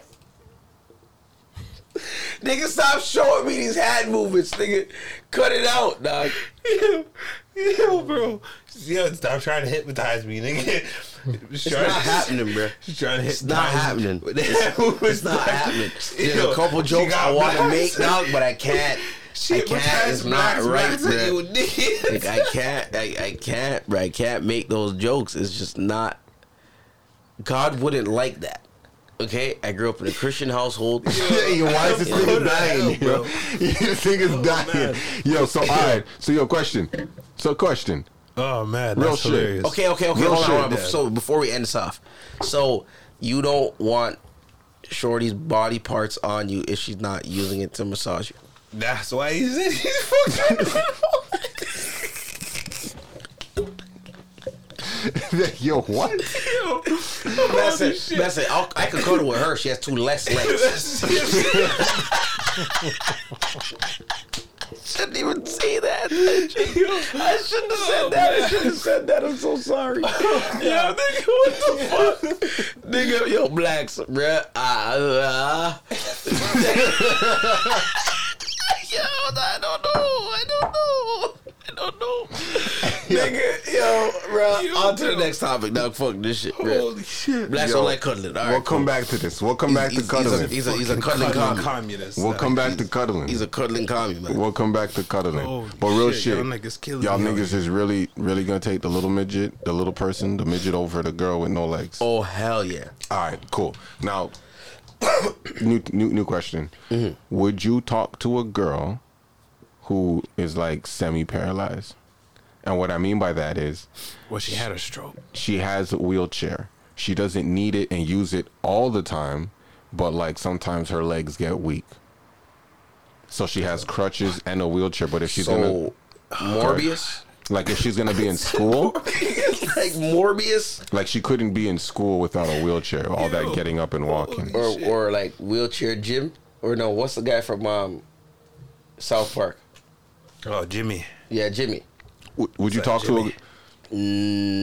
nigga, stop showing me these hand movements, nigga. Cut it out, dog.
Yo, yo, bro. Yo, stop trying to hypnotize me, nigga. It's
not happening, bro.
She's trying to hypnotize
It's not happening.
me.
It's, it's not happening. There's a couple
She
jokes
got
I want to
blacks.
make, dog, but I can't. I can't. It's not right, bruh.
nigga.
Like I can't, I, I can't, bro. I can't make those jokes. It's just not. God wouldn't like that. Okay, I grew up in a Christian household.
yo, why is this
What
nigga
the hell,
dying? Yo?
bro?
this
Oh,
nigga's dying. Yo, so all right. So yo, question. So question.
Oh man,
Real
that's
shit.
hilarious.
Okay, okay, okay.
Real
Hold on,
shit,
hold on. Bef-
Dad.
So before we end this off, so you don't want Shorty's body parts on you if she's not using it to massage you.
That's why he's in. He's fucking.
yo, what?
That's it. That's it. I'll, I could cuddle with her. She has two less legs. shouldn't even say that. I shouldn't have said that. I shouldn't have said that. I'm so sorry. yo, Oh, nigga, what the fuck? nigga, yo, blacks, bruh. Ah, ah. yo, I don't know. I don't know. I don't know. nigga, yo, bruh.
Yo,
on to the
bro.
next topic, dog. Fuck this shit, bruh.
Holy shit.
Blacks
Yo,
don't like cuddling. All right,
we'll come
cool.
back to this. We'll come back
He's-
to
he's- he's a-
cuddling.
He's a, he's a
Fucking
cuddling commie.
communist.
We'll
dog.
come back to cuddling.
He's a cuddling commie, man.
We'll come back to cuddling.
Holy
but real shit,
Oh, shit, y'all niggas killing
y'all
me.
niggas is really, really gonna take the little midget, the little person, the midget over the girl with no legs.
Oh hell yeah!
All right, cool. Now, new, new, new question.
Mm-hmm.
Would you talk to a girl who is like semi-paralyzed? And what I mean by that is,
Well, she had a stroke.
she has a wheelchair. She doesn't need it and use it all the time, but like sometimes her legs get weak. So she has crutches and a wheelchair, but if she's
so Morbius,
gonna like if she's gonna be in school,
like Morbius,
like she couldn't be in school without a wheelchair, all that getting up and walking.
or or like wheelchair Jim, or no, what's the guy from um, South Park?
Oh, Jimmy.
Yeah, Jimmy.
W- Would you talk to a
Jimmy?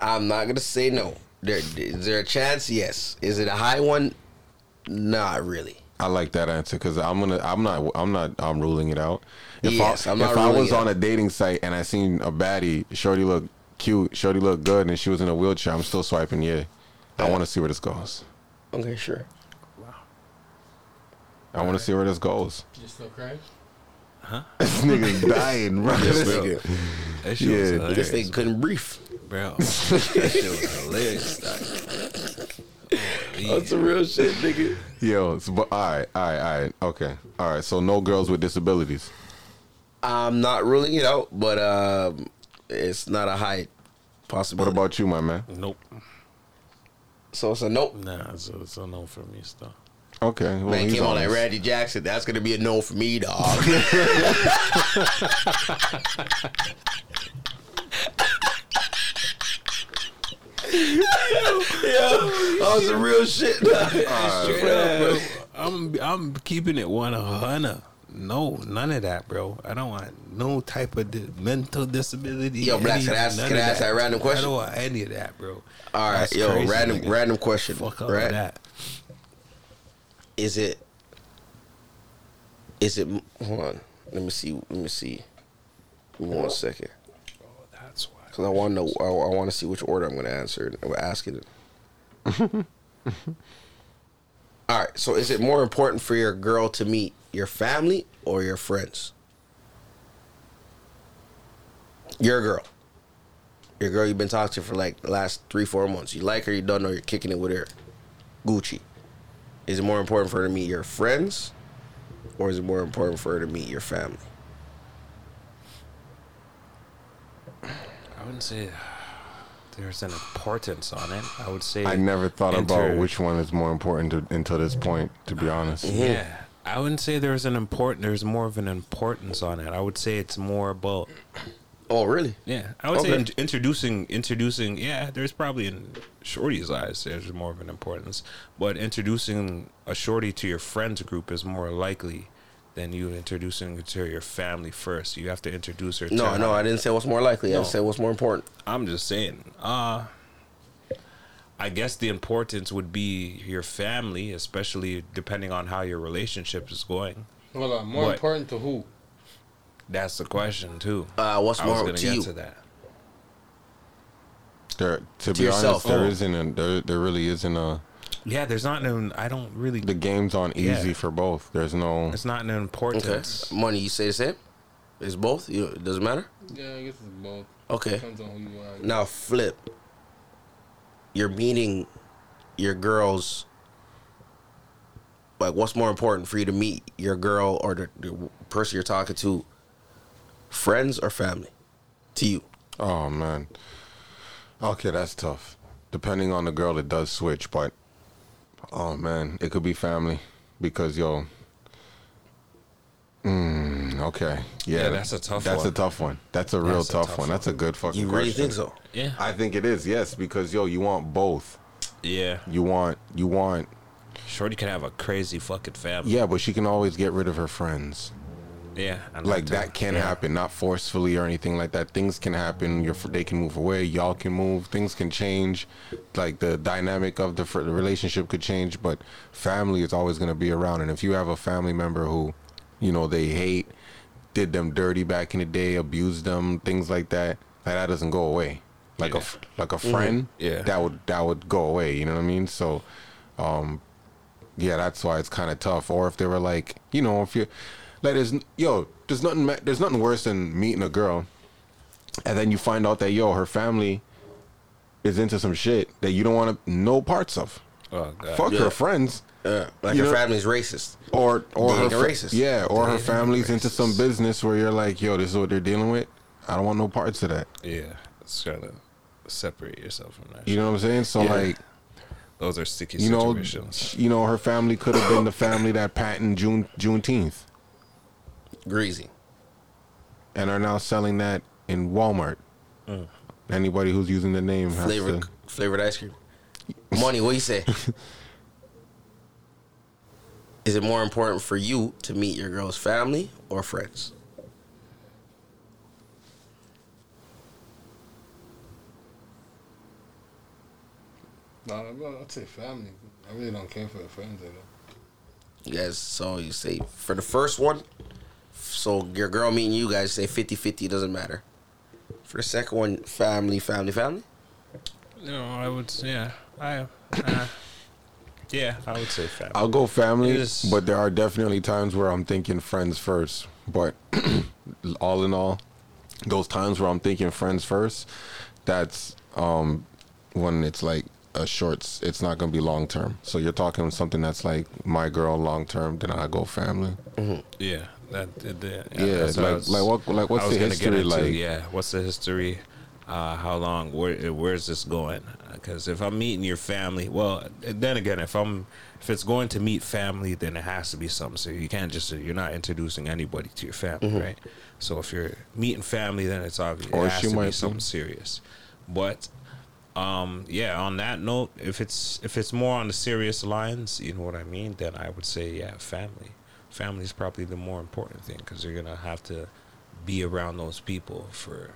I'm not gonna say no. There is there a chance? Yes. Is it a high one? Not really.
I like that answer because I'm gonna. I'm not. I'm not. I'm ruling it out. If
Yes,
I,
I'm not
if I
ruling
was
it
on
out.
a dating site and I seen a baddie, shorty look cute, shorty look good, and she was in a wheelchair, I'm still swiping. Yeah, I want to see where this goes.
Okay, sure.
I want to see where this goes.
You still crying?
This nigga's dying, bro.
This nigga,
That shit was
Yeah.
this
hilarious,
nigga couldn't breathe.
bro. That shit was hilarious. dog.
That's a real shit, nigga.
Yo, it's, but all right, all right, all right, okay, all right. So no girls with disabilities.
I'm not ruling it out, but um, it's not a high
What
possibility.
about you, my man?
Nope.
so it's a nope.
Nah, so it's a no for me still.
Okay, well,
Man
he's
came on like
honest.
Randy Jackson. That's gonna be a no for me, dog. That was some real shit.
Bro, I'm I'm keeping it one hundred. No, none of that, bro. I don't want no type of di- mental disability.
Yo, Black, can I ask-
none
can I
of
ask that random
I
question?
don't want any of that, bro.
All right,
That's
yo,
crazy,
random
nigga.
random question.
Fuck up with
right?
that.
Is it Is it? Hold on. Let me see. Let me see. Give me One second.
Oh, That's why.
Cause I want to. I, I want to see which order I'm gonna answer. it. I'm asking it. All right. So, is it more important for your girl to meet your family or your friends? Your girl. Your girl you've been talking to for like the last three, four months. You like her, you don't know, you're kicking it with her. Gucci. Is it more important for her to meet your friends, or is it more important for her to meet your family?
I wouldn't say there's an importance on it. I would say
I never thought about
enter-
which one is more important to, until this point. To be honest,
Yeah, I wouldn't say there's an important. There's more of an importance on it. I would say it's more about.
Oh, really?
Yeah, I would say
Okay.
in- introducing, introducing. Yeah, there's probably in Shorty's eyes, there's more of an importance. But introducing a Shorty to your friends group is more likely than you introducing her to your family first. You have to introduce her.
No,
to
no, I didn't say what's more likely. I
No.
said what's more important.
I'm just saying. Uh I guess the importance would be your family, especially depending on how your relationship is going.
Hold on. More
What?
important to who?
That's the question too.
Uh, what's
I was
more
gonna
to
get
you?
to that.
there, to, be
yourself.
honest, there
Oh.
not a, there, there really isn't a.
Yeah, there's not an. I don't really.
The game's on
Yeah.
easy for both. There's no.
It's not an
Okay.
importance.
Money, you say the same? It's both? You, it doesn't matter?
Yeah, I guess it's both.
Okay.
Depends on who you are.
Now flip. You're meeting your girls. Like, what's more important for you to meet your girl or the, the person you're talking to? Friends or family? To you.
Oh man. Okay, that's tough. Depending on the girl, it does switch, but oh man, it could be family because yo. Mm, okay. Yeah,
Yeah, that's a tough
That's a
one.
tough one. That's a real
That's a
tough,
tough
one. That's a good fucking.
You really
question.
think so?
Yeah.
I think it is. Yes, because yo, you want both.
Yeah.
You want. You want.
Shorty could have a crazy fucking family.
Yeah, but she can always get rid of her friends.
Yeah. I'd
like
to-
that can
yeah.
happen not forcefully or anything like that things can happen your they can move away y'all can move things can change like the dynamic of the, fr- the relationship could change but family is always going to be around and if you have a family member who you know they hate did them dirty back in the day abused them things like that like that doesn't go away like a
Yeah.
f a like a friend
Mm-hmm. Yeah.
that would that would go away you know what i mean so um, yeah, that's why it's kind of tough. Or if they were like, you know, if you like, there's n- yo, there's nothing, ma- there's nothing worse than meeting a girl, and then you find out that yo, her family is into some shit that you don't want to no parts of.
Oh, God.
Fuck
Yeah.
her friends,
Uh, like
You
your
know-
family's racist.
or or
They
her
ain't racist.
yeah, or her
ain't
family's into
racist.
some business where you're like, yo, this is what they're dealing with. I don't want no parts of that.
Yeah. It's gotta separate yourself from that.
You know what I'm saying? So
Yeah.
like,
Those are sticky
you know,
situations.
you know, her family could have been the family that patented June Juneteenth.
Greasy.
and are now selling that in Walmart.
Mm.
Anybody who's using the name has
Flavored,
to.
flavored ice cream. Money, what you say? Is it more important for you to meet your girl's family or friends?
Nah, I'd- I'd say family. I really don't care for the friends at all.
You guys, so you say for the first one, so your girl meeting you guys say 50 50, doesn't matter. For the second one, family, family, family.
No, I would. Yeah, I. Uh, yeah, I would say family.
I'll go family,
Yes.
but there are definitely times where I'm thinking friends first. But all in all, those times where I'm thinking friends first, that's um, when it's like a shorts. It's not gonna be long term. So you're talking something that's like my girl long term. Then I go family.
yeah, that. that- that-
Yeah,
that's I
like-
was-
like what- like what's
I was
the
gonna get
history
into,
like?
Yeah, what's the history? Uh, how long? Where? Where's this going? Because if I'm meeting your family, well, then again, if I'm if it's going to meet family, then it has to be something. So you can't just you're not introducing anybody to your family, right? So if you're meeting family, then it's obvious.
Mm-hmm. Or
it has
she
to
might
be
be.
something serious. But um yeah on that note if it's if it's more on the serious lines you know what i mean then i would say yeah family family is probably the more important thing because you're gonna have to be around those people for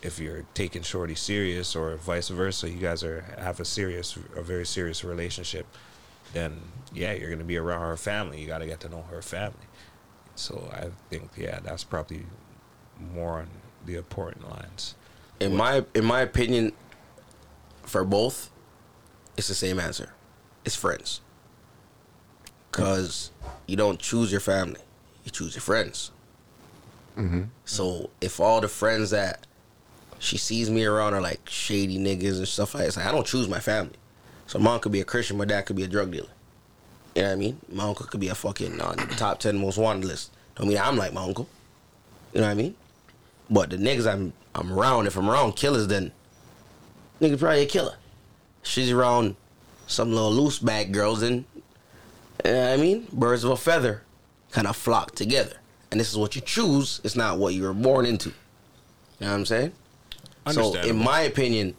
if you're taking shorty serious or vice versa you guys are have a serious a very serious relationship then yeah you're gonna be around her family you gotta get to know her family So I think yeah, that's probably more on the important lines.
In my in my opinion, for both, it's the same answer. It's friends. Cause you don't choose your family, you choose your friends. So if all the friends that she sees me around are like shady niggas and stuff like that, it's like I don't choose my family. So my mom could be a Christian, my dad could be a drug dealer. You know what I mean? My uncle could be a fucking on the top ten most wanted list. Don't mean I'm like my uncle. You know what I mean? But the niggas I'm I'm around, if I'm around killers, then nigga probably a killer. She's around some little loose bag girls and you know what I mean? Birds of a feather kind of flock together. And this is what you choose, it's not what you were born into. You know what I'm saying? So in
Understandable.
my opinion,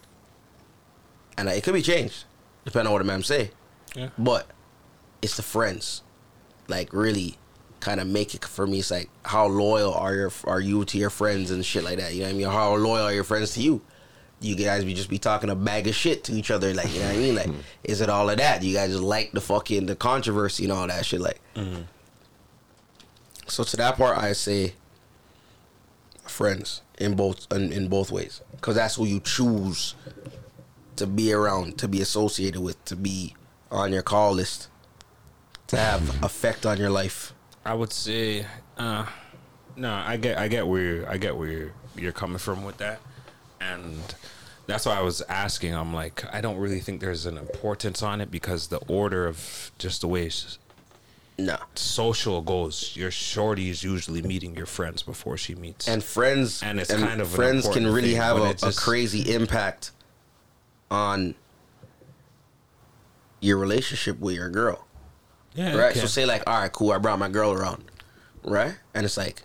and it could be changed, depending on what a man say.
Yeah.
But it's the friends, like really, kind of make it for me. It's like how loyal are your are you to your friends and shit like that. You know what I mean? How loyal are your friends to you? You guys be just be talking a bag of shit to each other, like you know what I mean? Like, is it all of that? Do you guys just like the fucking the controversy and all that shit? Like, so to that part, I say friends in both in, in both ways because that's who you choose to be around, to be associated with, to be on your call list, to have effect on your life.
I would say, uh, no, I get, I get where you're, I get where you're, you're coming from with that, and that's why I was asking. I'm like, I don't really think there's an importance on it because the order of just the way s-
Nah.
social goes, your shorty is usually meeting your friends before she meets.
And friends
And it's kind of an
friends can
important
really
thing,
have
but
a,
it's
a
just-
crazy impact on your relationship with your girl.
yeah,
right?
okay.
So say like, all right, cool, I brought my girl around, right? And it's like,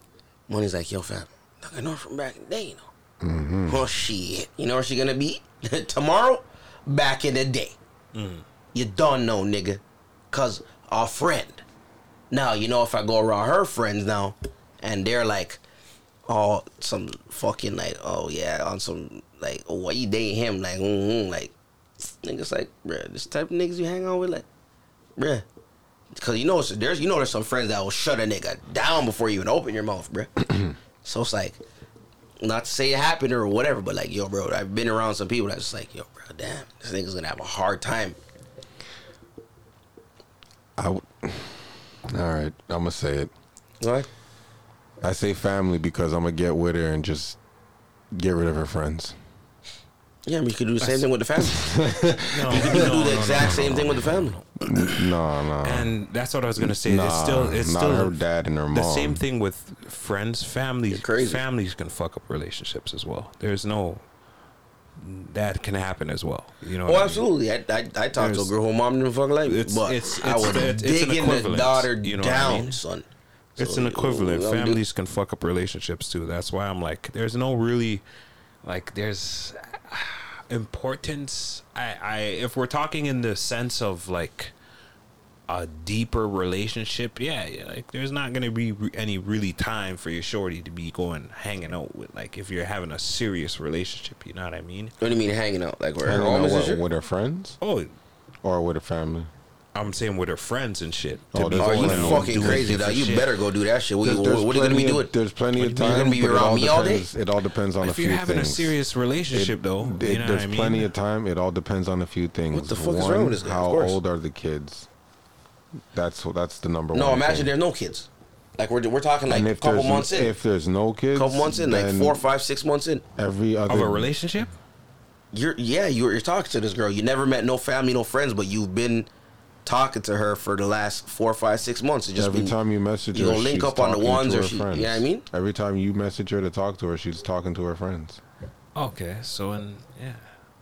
money's like, yo, fam, look, I know her from back in the day, you know. Well, shit, you know where she gonna be tomorrow? Back in the day,
Mm.
you don't know, nigga, cause our friend. Now you know if I go around her friends now, and they're like, all some fucking like, oh yeah, on some like, oh, why you dating him? Like, mm-hmm, like, niggas like, bruh, this type of niggas you hang out with, like, bruh. Cause you know it's- there's you know there's some friends that will shut a nigga down before you even open your mouth, bruh. so it's like, not to say it happened or whatever, but like, yo, bro, I've been around some people that's just like, yo, bro, damn, this nigga's gonna have a hard time.
I w- all right, I'm gonna say it.
What?
I say family because I'm gonna get with her and just get rid of her friends.
Yeah, we could do the same thing with the family.
No,
We could do
no,
the
no,
exact
no,
same
no.
thing with the family.
No, no.
And that's what I was gonna say.
Nah,
it's still, it's
not
still
her dad and her
The
mom.
same thing with friends, families.
crazy.
Families can fuck up relationships as well. There's no that can happen as well. You know. what
Oh,
I mean?
absolutely. I I, I talked to a
There's-
girl who mom didn't fuck like,
It's-
but
it's-
I
it's-
was
it's- it's an
digging the
equivalent,
daughter
you know what I
down,
mean?
son.
It's
So,
an equivalent.
you know,
Families can fuck up relationships too. That's why I'm like, there's no really, like, there's importance. I, I, if we're talking in the sense of like a deeper relationship, yeah, yeah like there's not gonna be re- any really time for your shorty to be going hanging out with. Like, if you're having a serious relationship, you know what I mean?
What do you mean hanging out? Like we're
I
at
don't
home
know
and
what,
shit?
with her friends
Oh,
or with her family.
I'm saying with her friends and shit.
Oh, there's
Are
going
you
Well,
out
fucking
doing
crazy, dog?
different
You
shit.
better go do that shit. What, you-
There's- there's
what are you gonna be
plenty of-
doing?
There's plenty of
You're
time.
gonna be
but it
around
all
me all day?
depends- It all depends on a
If
few
you're having
things.
a serious relationship, though,
It-
you know
there's
what I mean?
plenty of time. It all depends on a few things.
the fuck
One,
is wrong with this guy? Of
How
course.
old are the kids? That's wh- that's the number
No,
one.
imagine
thing.
there's no kids. Like we're we're talking like
and
a
if
couple
there's
months in.
if there's no kids,
couple months in, like
then
four, five, six months in.
every other
of a relationship.
You're yeah, you're, you're talking to this girl. You never met no family, no friends, but you've been talking to her for the last four, five, six months. It's just
every
been-
time you message
you
her,
gonna link
she's
up on the
talking to
ones or
her
she-
friends.
you know what I mean?
Every time you message her to talk to her, she's talking to her friends,
Okay, so and yeah,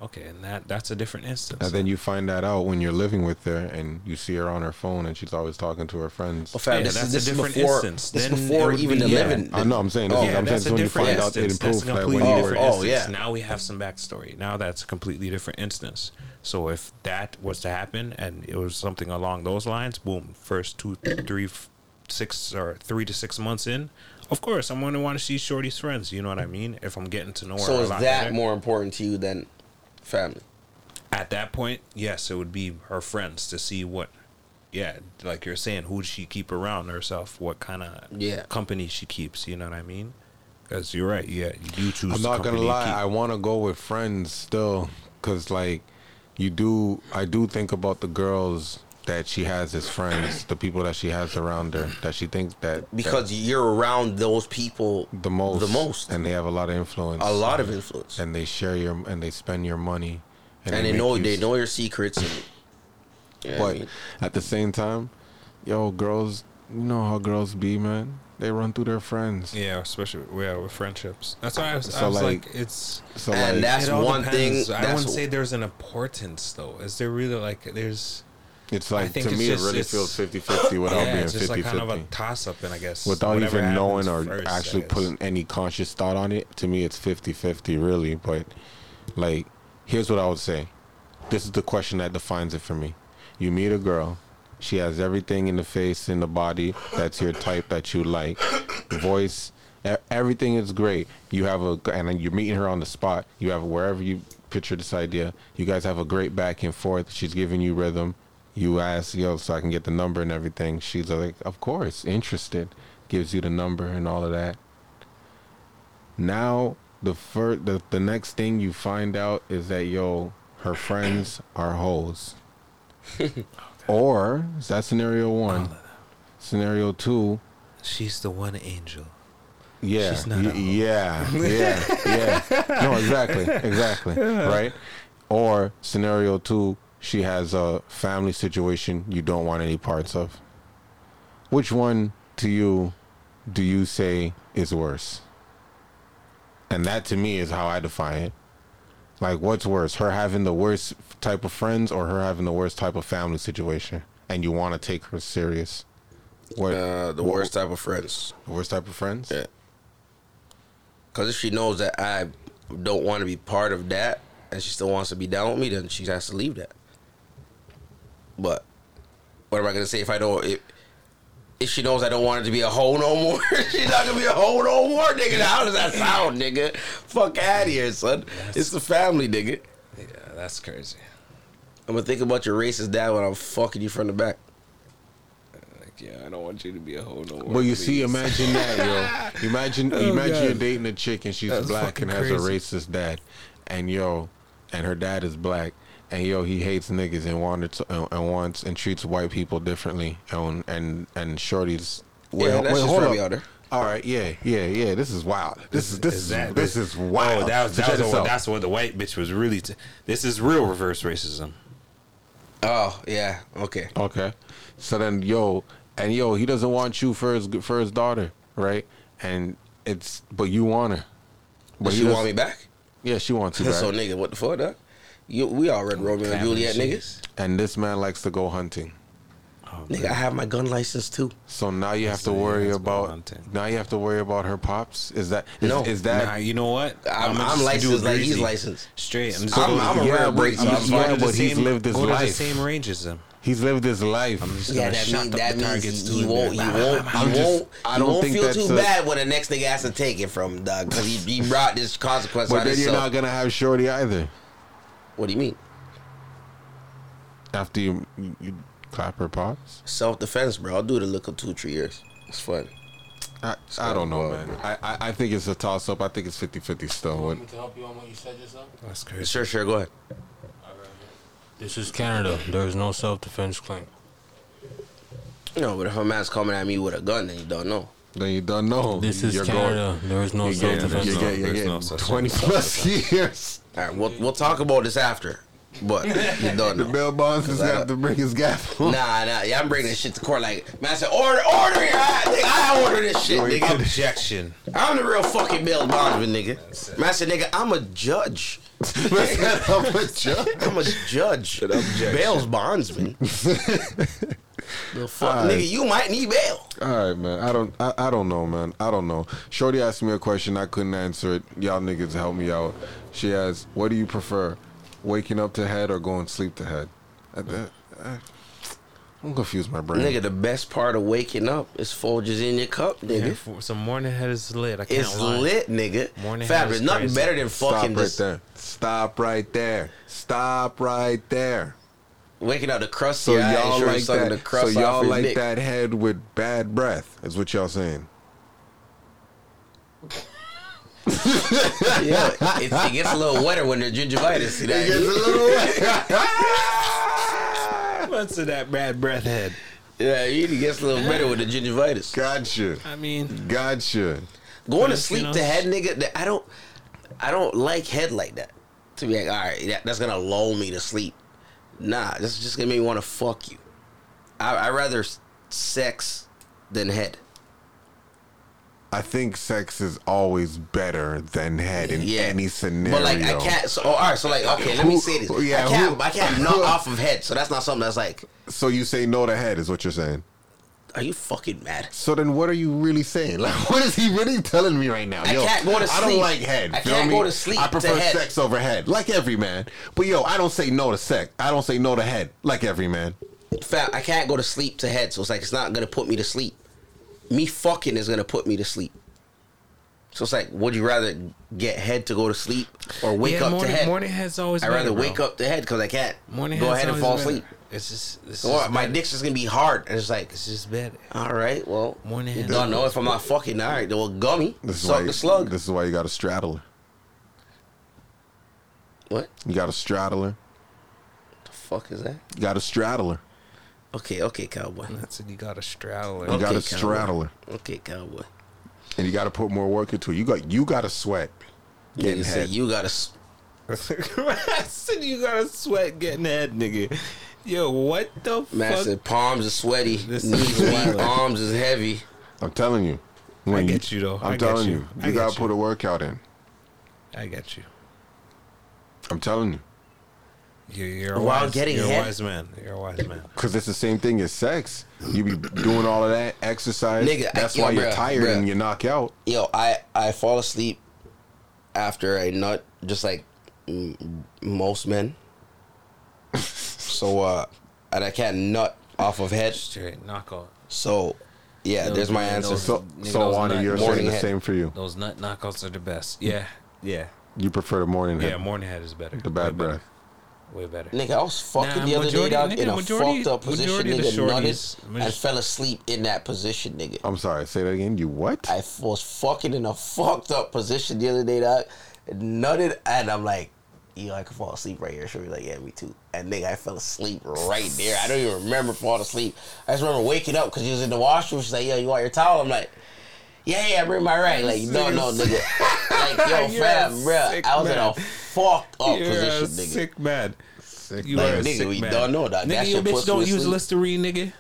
okay, and that that's a different instance.
and then you find that out when you're living with her and you see her on her phone and she's always talking to her friends.
Well, fam,
Yeah,
this is
that's a
this is
different
before,
instance.
This is
Then it
before
would
even
be-
the
yeah.
living.
I know. I'm saying. This
Oh,
is, I'm saying
that's
this is
a
when you
different
find out it
instance. That's
improves.
a
Like
completely
when you
different
Oh,
instance.
yeah.
Now we have some backstory. Now that's a completely different instance. So if that was to happen and it was something along those lines, boom, first two, three, f- six or three to six months in, of course I'm gonna want to see Shorty's friends. You know what I mean? If I'm getting to know her,
So
a
is
lot
that
better.
more important to you than family?
at that point? Yes, it would be her friends to see what yeah, like you're saying, who she keep around herself? What kind of
Yeah.
company she keeps? You know what I mean? Because you're right. Yeah, you choose.
I'm
the
not gonna
company you
lie.
keep.
I want to go with friends still, cause like you do. I do think about the girls that she has as friends, the people that she has around her, that she thinks that that
because you're around those people
the most,
the most,
and they have a lot of influence,
a lot of influence, and,
and they share your and they spend your money,
they,
make
know
you
they
s-
know your secrets. And, yeah, I
But
mean,
at the same time, yo, girls, you know how girls be, man. They run through their friends.
Yeah, especially yeah with friendships. That's why I was, I
So,
was like,
like-
it's.
So
And
like,
that's
it all
one
depends.
thing-
I
that's-
wouldn't say there's an importance though. Is there really like there's
it's
I
like
think
to
it's
me,
just-
it really
it's-
feels 50-50 without
yeah,
being
it's just
50-50.
like kind of a toss up, and I guess
without
whatever
even
happens
knowing or
first, I
actually
guess.
putting any conscious thought on it to me it's 50-50 really but like here's what i would say this is the question that defines it for me you meet a girl she has everything in the face in the body that's your type that you like voice e- everything is great you have a and then you're meeting her on the spot you have wherever you picture this idea you guys have a great back and forth she's giving you rhythm you ask yo so i can get the number and everything she's like of course interested gives you the number and all of that now the fir- the, the next thing you find out is that yo her friends are hoes or is that scenario one scenario two
She's the one angel.
yeah.
She's not
y-
a hoe.
yeah. Yeah. Yeah. No, exactly. Exactly. Right? Or scenario two, she has a family situation you don't want any parts of. Which one to you do you say is worse? And that to me is how I define it. Like, what's worse, her having the worst type of friends or her having the worst type of family situation? And you want to take her serious? What
uh, the
what-
worst type of friends.
worst type of friends?
Yeah. Because if she knows that I don't want to be part of that and she still wants to be down with me, then she has to leave that. But what am I going to say if I don't. If, if she knows I don't want her to be a hoe no more, she's not gonna be a hoe no more, nigga. Now, How does that sound, nigga? Fuck out of here, son. it's the family, nigga.
Yeah, that's crazy.
I'm gonna think about your racist dad when I'm fucking you from the back.
Like, yeah, I don't want you to be a whole no.
Well, you see, imagine that, yo. Imagine, imagine you're dating a chick and she's
Oh, That's
black
fucking
and has a racist dad, and yo, and her dad is black, and yo, he hates niggas and wanted to, and, and wants and treats white people differently, and and and shorties.
Yeah, that's just probably out there.
All right, yeah, yeah, yeah. This is wild. This is this is
that-
this is wild.
Oh, that was,
Check
that was
this
what,
out.
that's what the white bitch was really. T- this is real reverse racism.
Oh yeah, okay.
Okay. So then, yo, and yo, he doesn't want you for his for his daughter, right? And it's but you want her.
But
he
you want
doesn't-
me back?
Yeah, she wants you back.
So nigga, what the fuck, dog? You, we all read Romeo and
Captain
Juliet, niggas.
Cheese.
and this man likes to go hunting.
Nigga, I have my gun license too.
So now you have to
So he
worry
has to go
about
hunting.
now you have to worry about her pops. Is that is,
No.
is
nah,
that
you know what?
I'm-
I'ma
I'm
just
licensed
do it
like he's
breezy.
licensed.
Straight. I'm, just
I'm-
gonna-
I'm a
yeah,
rare
I'm
breed, so
just
I'm
gonna
fine.
go to
But
the
he's
same-
lived his
go to the
life.
same range as him.
he's lived his life?
just
Yeah,
gonna
that,
shut
mean,
the
that
targets
means
to
he
him.
won't, he
Like,
won't,
I'm
he
just-
won't,
I
he
don't
won't
think
feel
that's
too
a-
bad when the next nigga has to take it from, dog, because he, he brought this consequence
but
on
then you're
himself.
not gonna have shorty either.
what do you mean?
After you, you, you clap her pops,
Self defense, bro. I'll do the look up two, three years. It's fun.
I, I don't know, man. I, I, I think it's a toss up. I think it's 50-50 still.
Want
What-
me to help you on what you said yourself?
That's crazy.
Sure, sure, go ahead.
This is Canada. There is no self-defense claim.
No, but if a man's coming at me with a gun, then you don't know.
Then you don't know.
This is
Oh, you're
Canada. There is no
Going, you're getting,
self-defense
you're
law.
getting, you're
There's no
getting
such thing.
twenty plus years.
All right, we'll, we'll talk about this after, but you don't
The
know.
Bill Bonds is
I
gonna
don't-
have to bring his gavel.
Nah, nah, yeah, I'm bringing this shit to court. Like, man, I said, order, order it. I, nigga, I order this shit, nigga.
Objection.
I'm the real fucking Bill Bondsman, nigga. Man, I said, nigga, I'm a judge.
I'm a judge.
I'm a judge. Bail's bondsman. the fuck,
All right.
nigga, you might need bail.
All right, man. I don't. I, I don't know, man. I don't know. Shorty asked me a question. I couldn't answer it. Y'all niggas help me out. She asked, "What do you prefer, waking up to head or going to sleep to head?" I, I, I, I'm confused, my brain.
Nigga, the best part of waking up is Folgers in your cup, nigga.
Yeah, for- some morning head is lit. I can't
It's
lie.
lit, nigga.
Morning
Fab,
hair
there's
is
nothing
crazy.
better than
Stop
fucking
right
just
there. Stop right there. Stop right there.
waking up the crust.
So y'all
sure
like
sucking the
that. So
crust off
y'all
his
like
dick.
that head with bad breath. Is what y'all saying?
Yeah, it, it gets a little wetter when there's gingivitis. You know?
What's in that bad breath head?
yeah, it gets a little wetter with the gingivitis.
Gotcha.
I mean,
Gotcha.
Going to
Yes, you
sleep
know.
to head, nigga. that- I don't, I don't like head like that. To be like, all right, that, that's gonna lull me to sleep. Nah, this is just gonna make me want to fuck you. I I rather s- sex than head.
I think sex is always better than head in
Yeah.
any scenario.
But like, I can't. So oh, all right, so like, okay, let me
Who-
say this.
who- yeah,
I can't.
who-
I can't knock off of head. So that's not something that's like.
So you say no to head is what you're saying.
Are you fucking mad?
So then, what are you really saying? Like, what is he really telling me right now?
I can't go to
I don't
sleep.
like head.
I
feel
can't
me?
go to sleep
I
to
prefer
head.
sex over head, like every man. But yo, I don't say no to sex. I don't say no to head, like every man.
Fam, I can't go to sleep to head, so it's like it's not gonna put me to sleep. Me fucking is gonna put me to sleep. So it's like, would you rather get head to go to sleep or wake
yeah,
up
morning,
to head?
morning head's always.
I'd
better,
rather
bro.
wake up to head because I can't
Morning
go
head's
ahead and
always
fall
better.
asleep.
It's just, it's
Or
just
my
better.
dick's just gonna be hard, and it's like,
It's just better.
all right, well,
Morning
you
head's
don't know if I'm not fucking. All right, then well, gummy,
This is
suck
why.
the slug.
This is why you got to straddle her.
what
You got to straddle her.
the fuck is that?
You got to straddle her.
Okay, okay, cowboy.
That's it. You got a straddle.
You
Okay,
got
cowboy.
to straddle her,
Okay, cowboy.
and you got to put more work into it. You got you got to sweat. Getting
Nigga said
head.
you gotta. s-
I said you gotta sweat getting head, nigga. Yo, what the
Man
fuck?
said palms are sweaty,
This is
knees weak,
wild.
arms is heavy.
I'm telling you.
I get you, though. I
I'm
get
telling
you.
you.
I
You,
get
gotta
you.
put a workout in.
I got you.
I'm telling you.
You're, you're a
While
wise,
getting
you're
head?
a wise man. You're a wise man.
Cause it's the same thing as sex. You be doing all of that exercise.
Nigga, I-
That's
yo,
why you're
bruh,
tired
bruh.
and you knock out.
Yo, I I fall asleep after I nut, just like m- most men. so uh, and I can't nut off of head.
Straight knockout.
So yeah,
Yo,
there's my
man,
answer.
those-
So,
Nigga, that
so
was
Wanda,
not-
you're
morning
saying the
head.
same for you.
Those nut knockouts are the best. Yeah. Yeah.
You prefer the morning
Yeah,
head,
morning head is better.
the bad
Way better.
breath.
Way better.
Nigga, I was fucking
Nah,
the other
majority-
day dog, in
nigga,
a
majority-
fucked up position,
majority of the
nigga.
shorties-
Nutted and fell asleep in that position, nigga.
I'm sorry. Say that again. You what?
I f- was fucking in a fucked up position the other day, dog. Nutted, and I'm like, yo, I could fall asleep right here. She'll be like, yeah, me too. And nigga, I fell asleep right there. I don't even remember falling asleep. I just remember waking up because she was in the washroom. She's like, yo, you want your towel? I'm like, yeah, yeah, bring my rag. Like, no, no, nigga. Like, yo,
You're
fam,
a
bruh,
sick
I was in a
man.
fucked up
You're
position,
a
nigga.
sick man. You
man.
are a
Nigga,
sick
we
man.
don't know that.
Nigga,
That
your
shit puts
bitch
me
don't
to
use
sleep.
Listerine, nigga.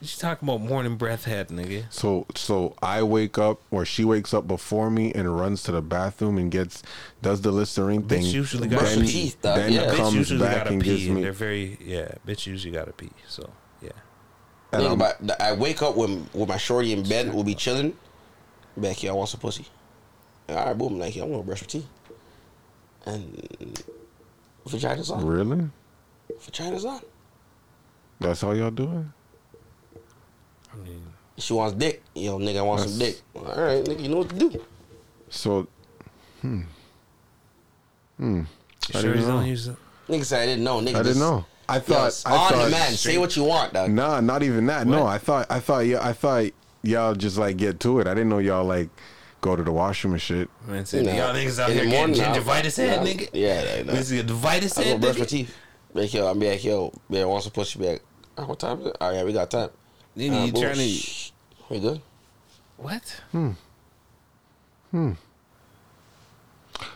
She's talking about morning breath head, nigga.
So, so I wake up or she wakes up before me and runs to the bathroom and gets does the listerine thing.
usually
Brush
gotta
your
pee.
teeth, dog.
Then
Yeah.
Bitch
comes
usually
back
gotta
and gives
pee. And
me.
they're very yeah. Bitch usually gotta pee. So yeah.
and
Nigga,
I'm-
my, I wake up when with my shorty in bed, we'll be chilling. Back here, I want some pussy. All right, boom, like, I want to brush my teeth. And vagina's on.
really?
Vagina's on.
That's all y'all doing?
I mean,
She wants dick. Yo, nigga, I want some
That's-
dick. All right, nigga, you know what to do.
So,
you
I
sure
didn't
you don't
know.
use it?
Nigga said I didn't know. Nigga,
I didn't
just-
know. I
Yo,
thought
it's
I
on
thought
demand. Say what you want, dog.
Nah, not even that. No, I thought I thought yeah, I thought y'all just like get to it. I didn't know y'all like go to the washroom and shit.
Man, said,
You know,
y'all niggas out
in the
here getting
morning, I'll-
gingivitis head,
I'll-
nigga.
Yeah, I know.
This is a gingivitis
I go
head,
brush my
nigga.
teeth. Like, yo, I'm be like, yo, man, want some pussy? Be like, "Ah, what time is it? Oh, yeah, we got time.
Then
Ah,
you
boom,
trying to
shh. We good?
what?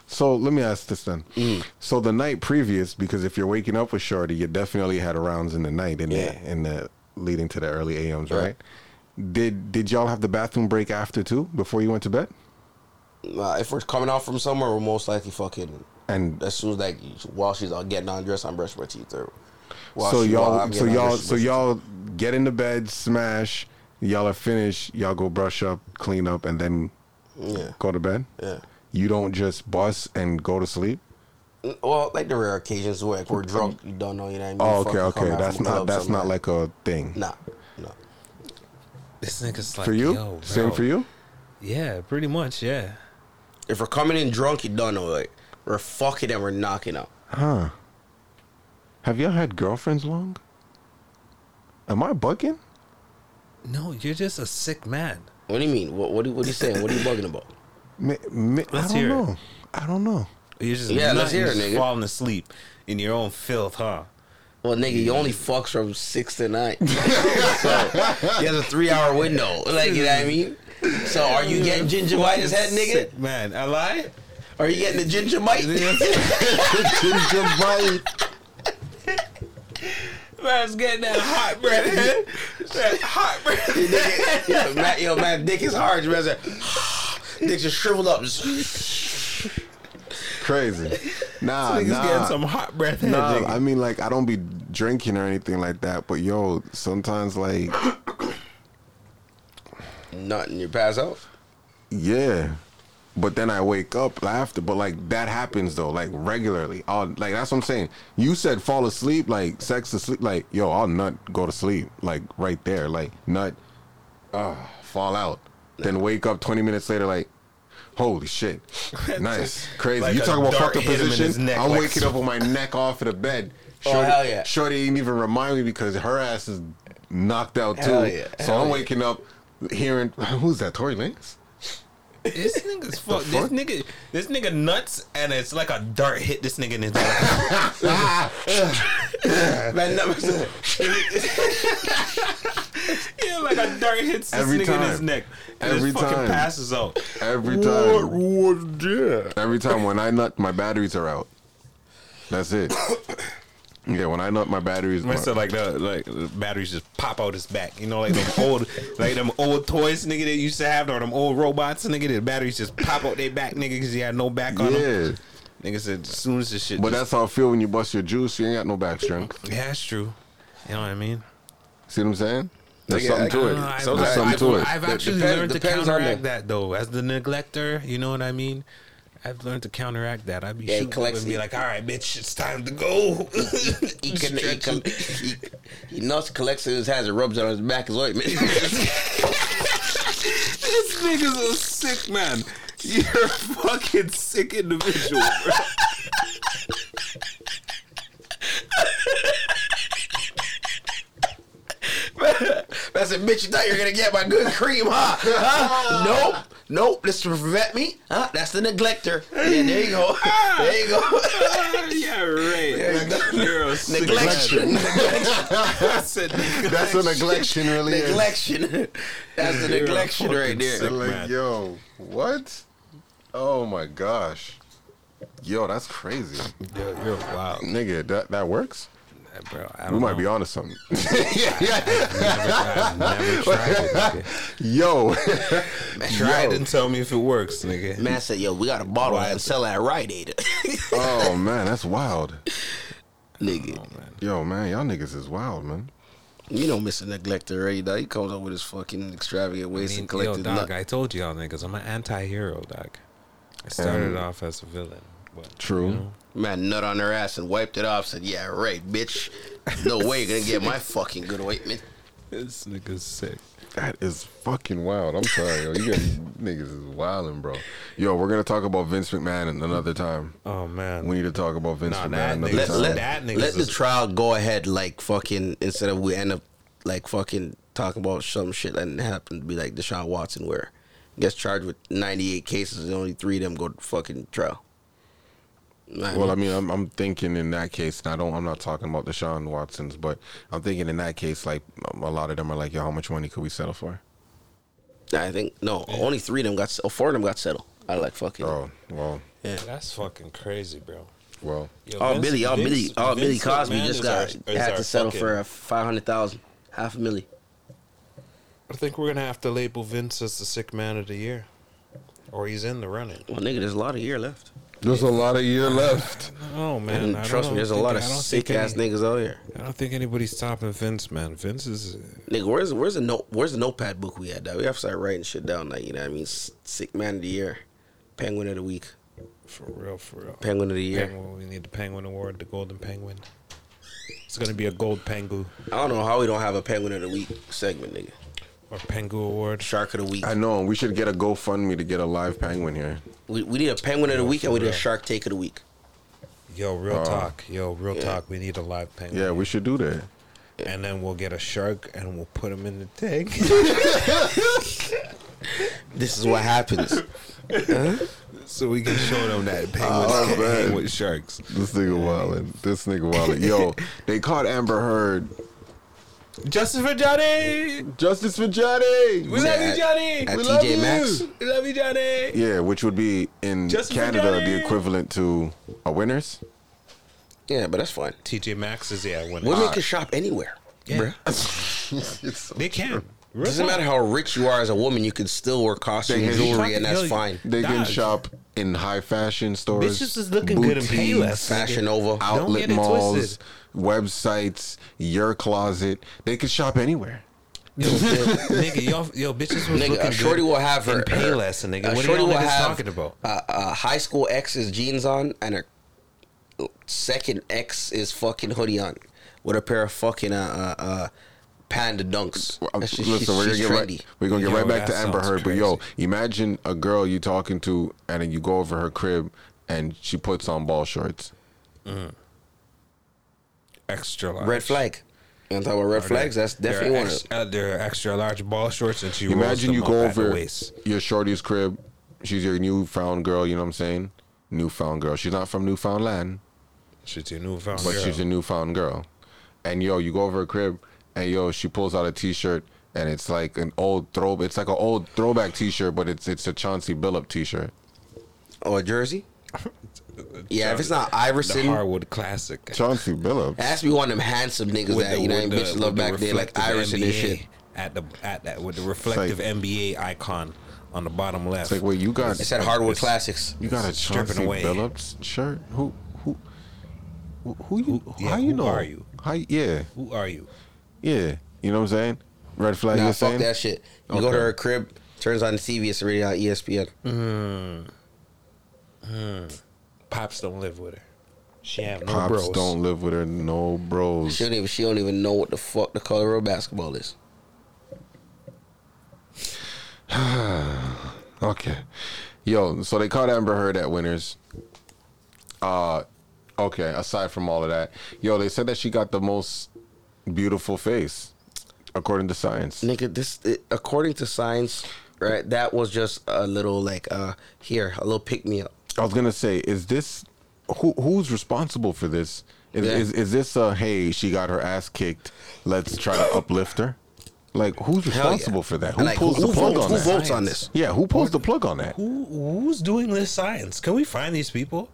So let me ask this then.
Mm.
So the night previous, because if you're waking up with shorty, you definitely had rounds in the night in
Yeah.
the in the leading to the early AMs,
Right.
right? Did did y'all have the bathroom break after too before you went to bed?
Nah, if we're coming out from somewhere, we're most likely fucking.
And
As soon as like while she's uh, getting undressed, I'm brushing my teeth. Or while
so
she- while
y'all
I'm
so
getting
y'all
undressed,
so
brushing-
y'all get into bed, smash, y'all are finished, y'all go brush up, clean up and then
Yeah.
go to bed?
Yeah.
You don't just bust and go to sleep?
Mm, Well, like the rare occasions where like, we're drunk, you don't know. You know what I mean?
Oh,
Fucking
okay,
come
okay.
back
That's
from a
not
club,
that's
something
not like a thing.
Nah, no.
This nigga's like
for you?
Yo, bro.
Same for you?
Yeah, pretty much. Yeah.
If we're coming in drunk, you don't know. Like we're fucking and we're knocking out.
Huh. Have y'all had girlfriends long? Am I bugging?
No, you're just a sick man.
What do you mean? What what, do- what are you saying? What are you bugging about?
Ma- ma- I
Let's
don't
hear it.
know. I don't know.
You're just
Yeah,
yeah,
let's hear it, nigga.
falling asleep in your own filth, huh?
Well, nigga, you only fucks from six to nine. so you have a three hour window. Like you know what I mean? So are you getting gingivitis head, nigga?
Sick man, I lie.
Are you getting the ginger bite?
Ginger bite.
Man's getting that hot breath. that hot breath.
yo, man, yo, man, dick is hard. You man's like, dick just shriveled up.
Crazy. Nah,
Niggas getting
nah.
some hot breath.
Nah,
head, nigga.
I mean, like, I don't be drinking or anything like that, but yo, sometimes, like,
Nothing. You pass out.
yeah. But then I wake up after, but like that happens though, like regularly. I'll, like that's what I'm saying. You said fall asleep, like sex to sleep, like yo, I'll nut, go to sleep, like right there, like nut, uh, fall out, then wake up 20 minutes later, like holy shit, nice, crazy.
Like
you
a
talk about
dart
fucked up
hit him in his
position.
neck,
I'm
like-
waking up with my neck off of the bed.
Oh,
Shorty,
hell yeah.
Shorty didn't even remind me because her ass is knocked out
Hell
too.
yeah,
So
hell
I'm
yeah.
waking up hearing who's that? Tory Lanez.
This nigga's fuck. This
fuck?
nigga, this nigga nuts, and it's like a dart hit this nigga in his back.
Man, no,
yeah, like a dart hits this
Every
nigga in his
time.
neck. And
Every
his fucking
time.
passes out.
Every time,
What? Yeah.
every time when I nut, my batteries are out. That's it. Yeah, when I nut, my batteries.
Must
my-
like the like the batteries just pop out his back. You know, like them old like them old toys nigga that used to have or them old robots nigga the batteries just pop out their back nigga because he had no back on him.
yeah,
Nigga said as soon as this shit.
but
just-
that's how I feel when you bust your juice. You ain't got no back strength.
yeah, that's true. You know what I mean?
See what I'm saying? There's
Nigga,
something
I-
to it.
No, I've-
There's
I-
something to it.
Uh, I've
That
actually
depends-
learned to
depends on
counteract
the-
that though. As the neglector, you know what I mean. I've learned to counteract that. I'd be
Yeah, he
shooting up
collects
and be
it.
like, "All right, bitch, it's time to go."
he, can, he,
Stretch
can,
it.
he, he nuts, collects it in his hands, and rubs it on his back as ointment.
This nigga's a sick man. You're a fucking sick individual. Bro.
That's a bitch. You thought you were gonna get my good cream, huh? huh? Nope, nope. This will prevent me. Huh? That's the neglector. Yeah, there you go. There you go.
yeah, right. You're a sick
Neglection.
man.
That's what neglection really is.
neglection. That's the
You're a
neglection right
fucking
there.
sick
Like,
man.
yo, what? Oh my gosh, yo, that's crazy,
Yo, you're wild,
nigga. That that works.
bro. I
We
don't
might
know.
be onto something. yeah, yeah.
I've never tried it. nigga.
Yo,
Try it and tell me if it works, nigga.
Man said, "Yo, we got a bottle and sell at Rite Aid."
oh man, that's wild.
Nigga,
Yo, man, y'all niggas is wild, man.
you know Mr. Neglector right now. He comes up with his fucking extravagant
I
ways
mean,
to collect
yo,
his
dog,
nut.
I told y'all niggas, I'm an anti-hero, dog. I started
Um,
off as a villain. But,
True.
you know,
Man nut on her ass and wiped it off. Said, "Yeah, right, bitch. No way you're gonna get my fucking good ointment."
this nigga's sick.
That is fucking wild. I'm sorry, yo. You guys, niggas is wilding, bro. Yo, we're gonna talk about Vince McMahon in another time.
Oh man,
We need to talk about Vince
Nah,
McMahon
that
another
nigga-
Let
time.
let,
That nigga's
let the
just-
trial go ahead like fucking instead of we end up like fucking talking about some shit that happened to be like Deshaun Watson where gets charged with 98 cases and only three of them go to fucking trial.
well, I mean, I'm, I'm thinking in that case, and I don't. I'm not talking about Deshaun Watson's, but I'm thinking in that case, like a lot of them are like, yo, how much money could we settle for?
I think no, only three of them got oh, four of them got settled. I like fucking.
Oh, well,
that's fucking crazy, bro.
well.
Yo,
Oh,
Vince-
Billy, oh,
Vince-
Billy, oh, Billy
Vince
Cosby
McMahon
just
is
got
our- is
had
our
to settle for
fucking-
a five hundred thousand, half a million.
I think we're gonna have to label Vince as the sick man of the year, or he's in the running.
Well, nigga, there's a lot of year left.
There's a lot of year left.
Oh man,
And
I
trust
don't
me, there's a lot of
think- I don't
sick
think
ass
any-
niggas out here.
I don't think anybody's stopping Vince, man. Vince is uh,
Nigga, where's where's the note? Where's the notepad book we had? That we have to start writing shit down. Like you know, what I mean, S- sick man of the year, penguin of the week,
for real, for real.
penguin of the year.
Penguin, we need the Penguin Award, the Golden Penguin. It's gonna be a Gold Pengu
I don't know how we don't have a penguin of the week segment, nigga.
or Pengu Award.
Shark of the week.
I know. We should get a GoFundMe to get a live penguin here.
We, we need a penguin of the week and we need a shark take of the week.
Yo, real
Uh,
talk. Yo, real talk. We need a live penguin.
Yeah, we should do that.
And then we'll get a shark and we'll put him in the tank.
This is what happens.
so we can show them that penguins
Oh,
can
man.
hang with sharks.
This nigga wildin'. This nigga wildin'. Yo, they caught Amber Heard.
Justice for Johnny!
Justice for Johnny.
We love you, Johnny!
At
We love
TJ
you.
Maxx.
We love you, Johnny!
Yeah, which would be in
Justice for
Canada
Johnny.
the equivalent to a winners.
Yeah, but that's fine.
TJ Maxx is, yeah, when
Women can shop anywhere.
Yeah.
bruh.
They can. Real
Doesn't
talk.
matter how rich you are as a woman, you can still wear costume
They-
jewelry, and that's
Yo,
fine.
They can
Dog.
shop in high fashion stores.
Bitches is looking good in
boutiques,
Payless.
Fashion Nova.
Don't
outlet
get it
malls,
twisted.
websites, your closet. They can shop anywhere.
Yo, nigga, y'all, yo, bitches was
Nigga,
looking
a shorty
good
will have her. uh,
in Payless, and nigga,
a
what are
shorty
y'all
will
niggas
have
talking about?
Uh, uh, high school ex's jeans on, and her second ex is fucking hoodie on, with a pair of fucking uh, uh, uh, panda dunks.
Well, I'm-
That shit-
listen,
she's-
we're gonna
she's
get
trendy.
right, we're gonna get
Yo,
right back
that
to Amber
sounds
Heard. But yo, imagine a girl you talking to, and then you go over her crib, and she puts on ball shorts.
Extra large.
Red flag. You want to talk about red flags? That's
They're
definitely one
ex-
of.
uh, They're extra large ball shorts, and she rolls
imagine
them
you
up
go
at the
over
waist.
your shorty's crib. She's your newfound girl. You know what I'm saying? Newfound girl. She's not from Newfoundland,
She's your newfound
but
girl.
she's your newfound girl. And yo, you go over her crib, and yo, she pulls out a T-shirt, and it's like an old throw. It's like an old throwback T-shirt, but it's it's a Chauncey Billup T-shirt.
Oh, a jersey. Yeah, if it's not Iverson,
the Harwood Classic.
Chauncey Billups.
It has to be one of them handsome niggas that you know
with
them bitches
the-
love
with the
back then, like
reflective
Iris and this
NBA
shit.
At the at that with the reflective NBA icon on the bottom left.
It's like, wait, you got
It said Hardwood Classics.
You got a
Stripping
Chauncey
away.
Billups shirt? Who who who, who you?
yeah,
how you
who
know?
are you?
How? Yeah,
Who are you?
yeah. You know what I'm saying? Red flag.
Nah,
you're
fuck
saying?
that shit. You go
Okay.
to her crib, turns on the TV, it's already on E ESPN.
Pops don't live with her. She have no
Pops
bros.
don't live with her. No bros.
She don't even she don't even know what the fuck the color of basketball is.
Okay. Yo, so they caught Amber Heard at Winners. Uh okay, aside from all of that. Yo, they said that she got the most beautiful face according to science.
Nigga, this it, according to science, right? That was just a little like uh here, a little pick me up.
I was gonna say, is this who who's responsible for this? Is
Yeah.
is, is this a hey, she got her ass kicked, let's try to uplift her? Like who's
Hell yeah.
responsible for that? Who
And, like,
pulls
who
the plug
votes,
on
who
that?
votes on this?
Yeah, who pulls the plug on that?
Who who's doing this science? Can we find these people?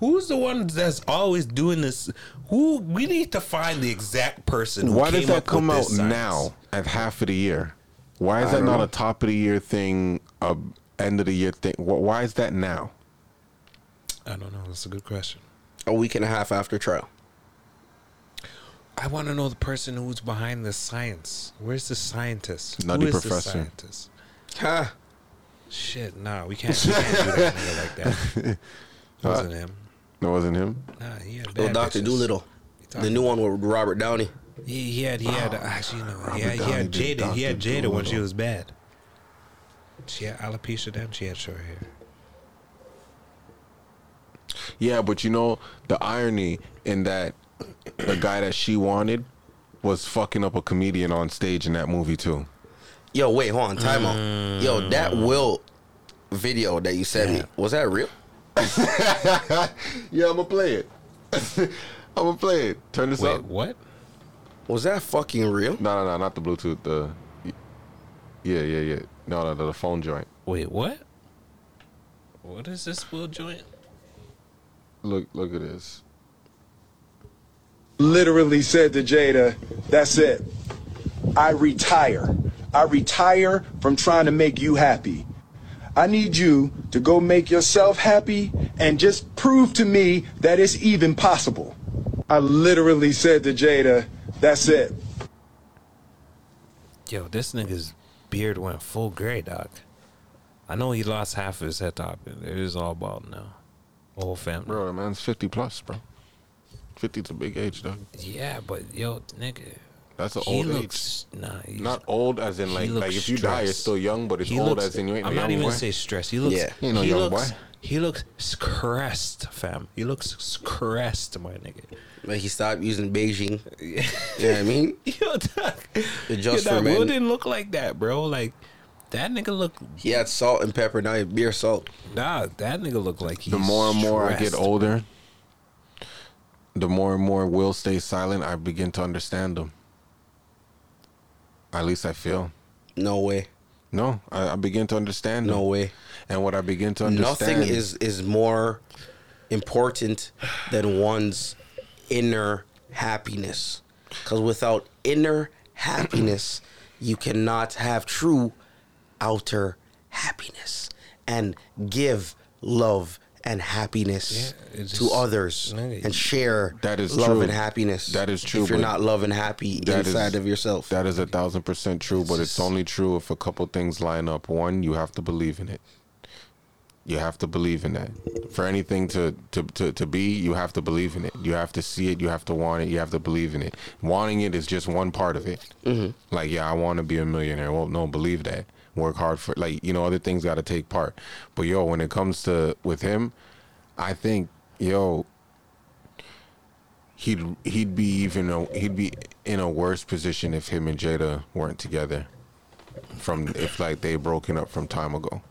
Who's the one that's always doing this? Who we need to find the exact person. Who
Why
came
does that
up
come
with
out
this science.
now at half of the year? Why is that not a top of the year thing, a end of the year thing? Wh- Why is that now?
I don't know. That's a good question.
A week and a half after trial.
I want to know the person who's behind the science. Where's the scientist?
Nutty
Who is
professor.
The scientist?
Huh.
Shit, nah, we can't, we can't do that nigga like that. Wasn't him.
It wasn't him.
Nah, he had bad
Little Doctor
bitches.
Doolittle. The new one with Robert Downey.
He, he had, he had, actually, no, he had, he
Downey
had
did
Jada. He had
Dr.
Jada when she
Doolittle.
was bad. She had alopecia then. She had short hair.
Yeah, but you know the irony in that the guy that she wanted was fucking up a comedian on stage in that movie too.
Yo, wait, hold on, time out. Yo, that Will video that you sent me, was that real?
Yeah, I'ma play it. I'ma play it. Turn this up.
what?
Was that fucking real?
No, no, no, not the Bluetooth. The yeah, yeah, yeah. No, no, the phone joint.
Wait, what? What is this Will joint?
Look, look at this.
literally said to Jada, that's it. I retire. I retire from trying to make you happy. I need you to go make yourself happy and just prove to me that it's even possible. I literally said to Jada, that's it.
Yo, this nigga's beard went full gray, doc. I know he lost half of his head top, and it is all bald now. Whole family.
Bro, the man's fifty plus, bro. 50's a big age, dog.
Yeah, but yo, nigga,
That's an
he
old age.
looks nah. he's-
Not old as in
he
like
looks
like if you die you're
stressed.
still young, but it's
He
old
looks-
as in you ain't no
I'm
young
not even
boy.
say stress. He looks.
Yeah.
You ain't no
he
young
looks-
boy.
He looks stressed, fam. He looks stressed, my nigga.
Like he stopped using Beijing. you know what I mean?
Yo, Doc.
Adjust
yo,
for
Doc,
men.
Will didn't look like that, bro. Like that nigga look
He had salt and pepper. Now he had beer salt.
nah. That nigga look like he.
the more and more I get older, the more and more Will stays silent. I begin to understand him. At least I feel.
No way.
No, I, I begin to understand
No
him.
way.
And what I begin to understand,
Nothing is is more important than one's inner happiness. Because without inner happiness, you cannot have true outer happiness and give love and happiness
Yeah, it
to
just-
others
Nigga,
and share
That is
love
true.
and happiness.
That is true,
If you're
but
not love and happy
that is-
inside of yourself,
that is a thousand percent true. But it's only true if a couple things line up. One, you have to believe in it. You have to believe in that. For anything to, to, to, to be, you have to believe in it. You have to see it. You have to want it. You have to believe in it. Wanting it is just one part of it.
Mm-hmm.
Like, yeah, I want to be a millionaire. Well, no, believe that. Work hard for Like, you know, other things got to take part. But yo, when it comes to with him, I think yo, he'd he'd be even a, he'd be in a worse position if him and Jada weren't together. From if like they broken up from time ago.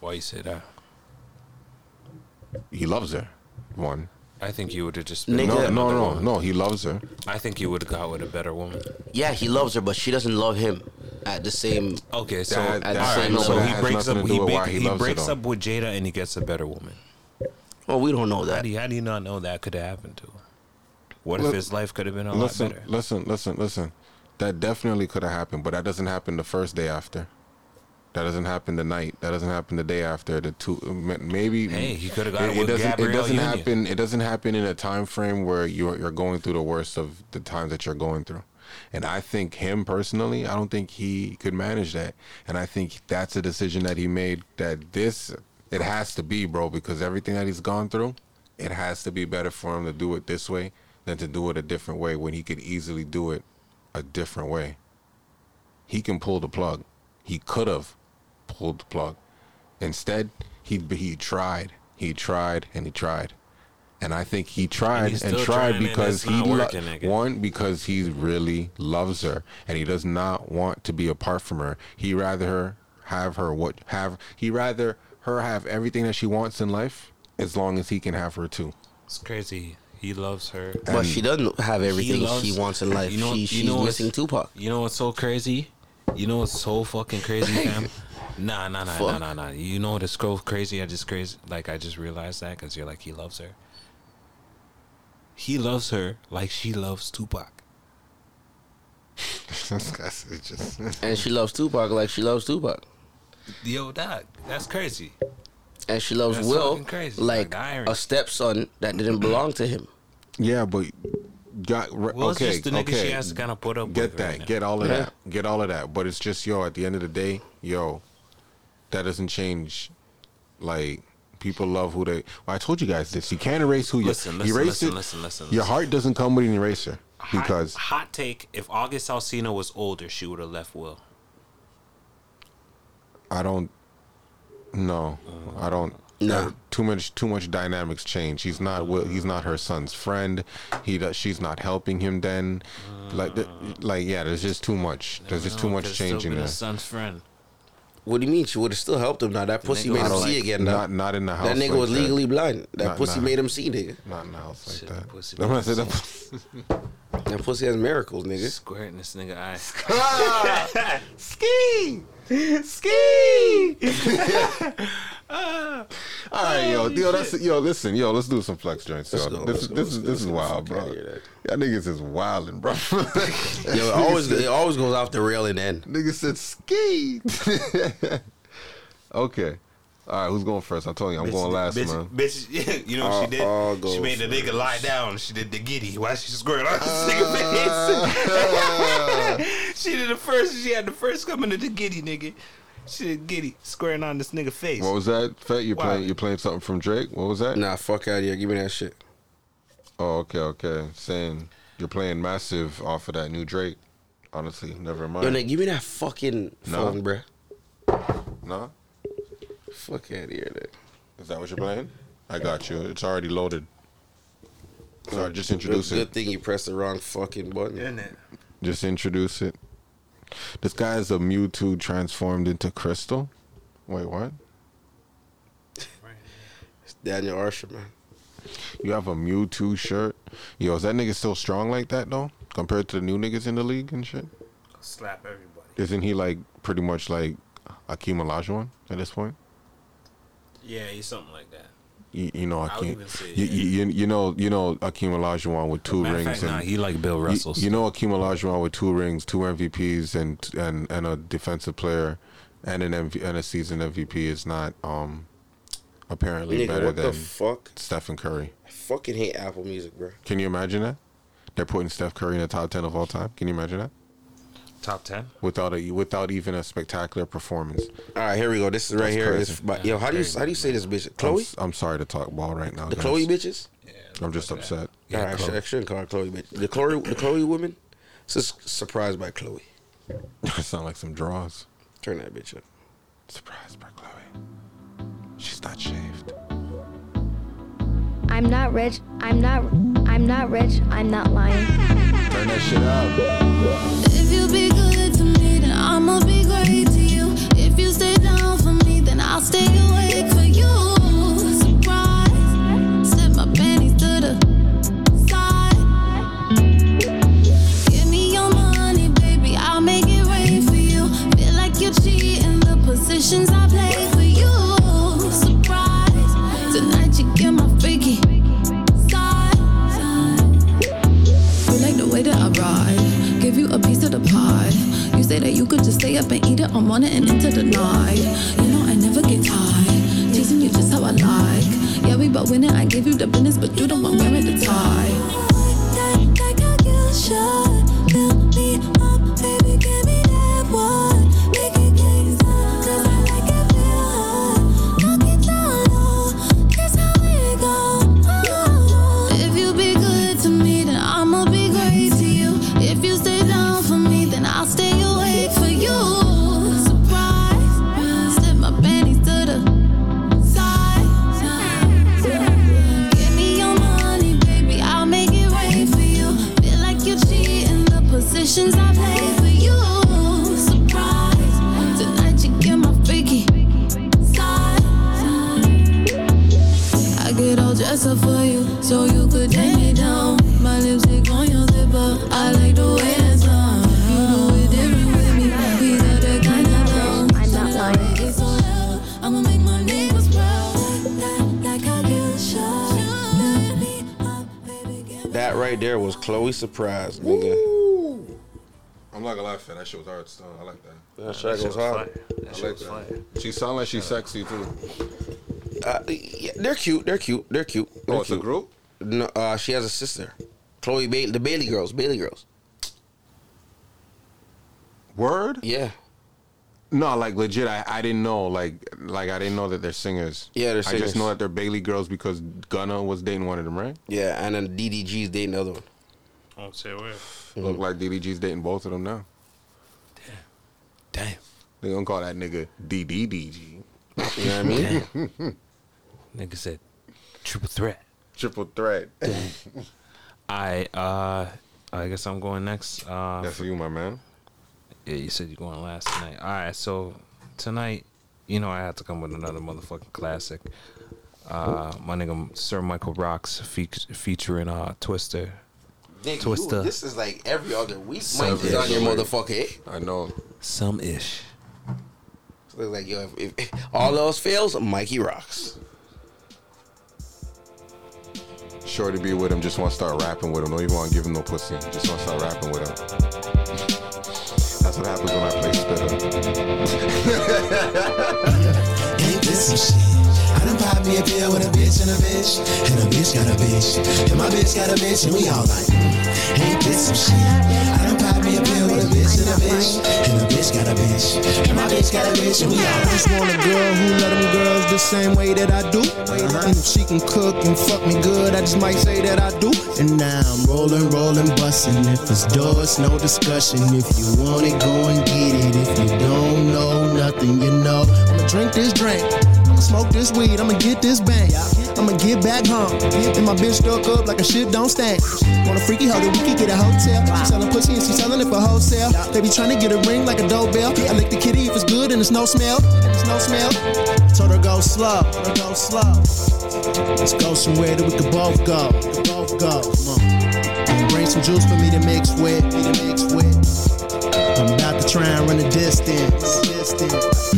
Why you say that?
he loves her. One.
I think you would have just been.
Nigga.
No,
Yeah.
no, no, no. He loves her.
I think you would have got with a better woman.
yeah, he loves her, but she doesn't love him at the same.
Okay, so
That-
that-
all right,
no,
so
but it
he
has
breaks
nothing
up.
to do
He,
with
ba-
why he
he
loves her,
breaks
though.
up with Jada and he gets a better woman.
Well, we don't know
How
that.
do you, how do you not know that could have happened to him? What if
Look-
his life could have been a lot
Listen,
better?
listen, listen, listen. That definitely could have happened, but that doesn't happen the first day after. That doesn't happen the night. That doesn't happen the day after. The two m- maybe.
Hey, he coulda got
it,
it
it
with
doesn't.
Gabrielle
it doesn't
Union.
happen. It doesn't happen in a time frame where you're you're going through the worst of the times that you're going through. And I think him personally, I don't think he could manage that. And I think that's a decision that he made. That this it has to be, bro, because everything that he's gone through, it has to be better for him to do it this way than to do it a different way when he could easily do it a different way he can pull the plug. He could have pulled the plug. Instead, he he tried, he tried, and he tried. And I think he tried
he's
and,
still
tried
trying, and
because
it's
he
not
lo-
working, nigga.
one because he really loves her and he does not want to be apart from her. He rather her have her what have he rather her have everything that she wants in life as long as he can have her too.
It's crazy. He loves her.
But she doesn't have everything
He
she,
loves-
wants in life.
You know-
she,
you
she's
know what's-
missing Tupac.
You know what's so crazy? You know what's so fucking crazy, fam? nah, nah, nah, nah,
Fuck.
nah, nah. You know what's so crazy? I just crazy. Like I just realized that because you're like he loves her. He loves her like she loves Tupac.
This guy's just-
And she loves Tupac like she loves Tupac.
Yo, dog, that's crazy.
And she loves
That's
Will
fucking crazy.
like
Like, irony.
a stepson that didn't belong to him.
yeah, but got
Will's
okay.
just the nigga
okay.
she has to kind of put up
get
with.
that
right now.
get all of
Yeah.
that get all of that but it's just yo at the end of the day yo that doesn't change like people love who they well, i told you guys this you can't erase who you
Listen, listen,
erase
listen,
it.
listen, listen,
your
listen.
heart doesn't come with an eraser because
hot, hot take: If August Alsina was older, she would have left Will.
i don't no i don't
No.
uh, too much too much dynamics change he's not Will- he's not her son's friend he does, she's not helping him then like th- like yeah there's just too much there's just too
No,
much
could've
change
still
in
been
there
his son's friend.
What do you mean? She would have still helped him now. That pussy
nigga
made
I
him
don't-
see again. now.
not not in the house
that nigga
like
was
that.
legally blind. That
Not-
pussy
nah.
made him see, nigga.
Not in the house like
Shit,
that.
pussy
That's when I said
don't
that.
That pussy has miracles, nigga.
Square in this nigga eye.
Ski! Ski! All right, yo, yo, that's yo. Listen, yo, let's do some flex joints, yo.
Let's go,
This,
let's go,
this
let's
is
go,
this is
let's
wild,
go.
bro.
Fuck outta here,
Y'all niggas is wildin', bro.
Yo, it always it always goes off the rail and end.
Nigga said ski. okay, all right, who's going first? I told you, I'm going last,
bitch,
man.
Bitch, you know what
I'll-
she did?
I'll go
she made the nigga lie down. She did the giddy. Why she squirted on this
Uh,
nigga face? she did the first. She had the first coming to the giddy, nigga. She did giddy, squaring on this nigga face.
What was that? Fat, you
Wow.
playing? You playing something from Drake? What was that?
Nah, fuck out of here. Give me that shit.
Oh, okay, okay. Saying you're playing massive off of that new Drake. Honestly, never mind.
Yo, nigga, give me that fucking
No.
phone, bruh.
no,
Fuck out of here, nigga.
Is that what you're playing? I got you. It's already loaded. Sorry, just introduce
Good,
it.
good thing you pressed the wrong fucking button.
Internet.
Just introduce it. This guy is a Mewtwo transformed into Crystal. Wait, what?
It's Daniel Archer, man.
You have a Mewtwo shirt. Yo, is that nigga still strong like that though? Compared to the new niggas in the league and shit?
Slap everybody.
Isn't he like pretty much like Akeem Olajuwon at this point?
Yeah, he's something like that.
You, you know
I would
Akeem.
even say,
You, you, you know you know Akeem Olajuwon with two
Matter of
rings
fact,
and
nah, he like Bill
You-
Russell's.
You, know Akeem Olajuwon with two rings, two MVPs, and and and a defensive player, and an MV, and a season MVP is not um apparently
Nigga,
better
what the
than
fuck?
Stephen Curry.
I fucking hate Apple Music, bro.
Can you imagine that? They're putting Steph Curry in the top ten of all time. Can you imagine that?
top ten.
Without a without even a spectacular performance.
All right, here we go. This is right
That's
here.
crazy.
It's by, yo, how do you how do you say this bitch?
I'm,
Chloe,
s- I'm sorry to talk ball right now.
the
guys.
Chloe bitches.
I'm just upset.
All right,
Chloe.
I shouldn't call her Chloe bitch. The Chloe, the Chloe woman. Just surprised by Chloe.
I sound like some draws.
Turn that bitch up.
Surprised by Chloe. She's not shaved.
I'm not rich. I'm not. I'm not rich. I'm not lying.
Turn that shit up.
If you be good to me, then I'ma be great to you. If you stay down for me, then I'll stay awake for you. Surprise, set my panties to the side. Give me your money, baby, I'll make it rain for you. Feel like you cheat in the positions I play for you. Surprise, tonight you get my freaky side. You like the way that I ride, give you a piece of the pie. You say that you could just stay up and eat it all morning and into the night. You know I never get tired, teasing you just how I like. Yeah, we bout winning, I give you the business, but you don't want wearing the tie. If you be good to me, then I'ma be great to you. If you stay down for me, then I'll stay awake for you. Surprise, slip my panties to the side. Give me your money, baby, I'll make it rain for you. Feel like you cheat in the positions I play for you. Surprise, tonight you get my freaky side. I get all dressed up for you, so you could take me down. My lipstick on your zipper, I like the way it's on. You know it different with me. We got that kind of love.
I'm not lying.
It's so loud, I'ma make my neighbors proud. Like I get shot. Let me up, baby, give me-
That right there was Chloe surprise, nigga.
I'm not gonna lie, fam. That shit was hard stone. I like that.
That track was hard.
That shit was fire.
She sound like she's sexy too.
Uh, yeah, they're cute. They're cute. They're cute. They're
Oh, it's a
cute.
group.
No, uh, she has a sister, Chloe Bailey, the Bailey girls, Bailey girls.
Word?
Yeah,
No, like legit. I, I didn't know. Like like I didn't know that they're singers.
Yeah, they're
I
singers.
just know that they're Bailey girls because Gunna was dating one of them, right?
yeah, and then DDG's dating the other one.
Don't say where.
Look like DDG's dating both of them now.
Damn.
They gonna call that nigga DDDG.
You know what I mean?
Nigga said triple threat.
Triple threat.
I uh I guess I'm going next. Uh
That's you, my man.
yeah, you said you're going last tonight. Alright, so tonight, you know I had to come with another motherfucking classic. Uh my nigga Sir Michael Rocks feat featuring uh Twister.
Nigga,
Twister.
you- this is like every other week. Mike
Seven
is on your
days.
motherfucker. Eh?
I know.
Some ish.
So it's like yo, if, if all else fails, Mikey rocks.
Sure to be with him. Just want to start rapping with him. Don't even want to give him no pussy. Just want to start rapping with him. That's what happens when I play spitter.
Ain't this some shit? I done pop me a pill with a bitch and a bitch, and a bitch got a bitch, and my bitch got a bitch, and we all like, ain't this some shit? I done pop me a pill with a bitch and a bitch, and a bitch got a bitch, and my bitch got a bitch, and we all like.
just
want a girl who love them girls the same way that I do, and if she can cook and fuck me good, I just might say that I do. And now I'm rolling, rolling, busting. If it's doors, no discussion. If you want it, go and get it. If you don't know nothing, you know. I'ma drink this drink. I'ma I'ma smoke this weed, I'ma get this bang. I'ma get back home. And my bitch stuck up like a shit don't stand. On a freaky hoe that we could get a hotel. She selling pussy and she selling it for wholesale. They be trying to get a ring like a doorbell. I lick the kitty if it's good and it's no smell. And it's no smell. Told her go slow, her go slow. Let's go somewhere that we could both go. We could both go. Come on. And bring some juice for me to mix with. Me to mix with. I'm about to try and run a distance. distance.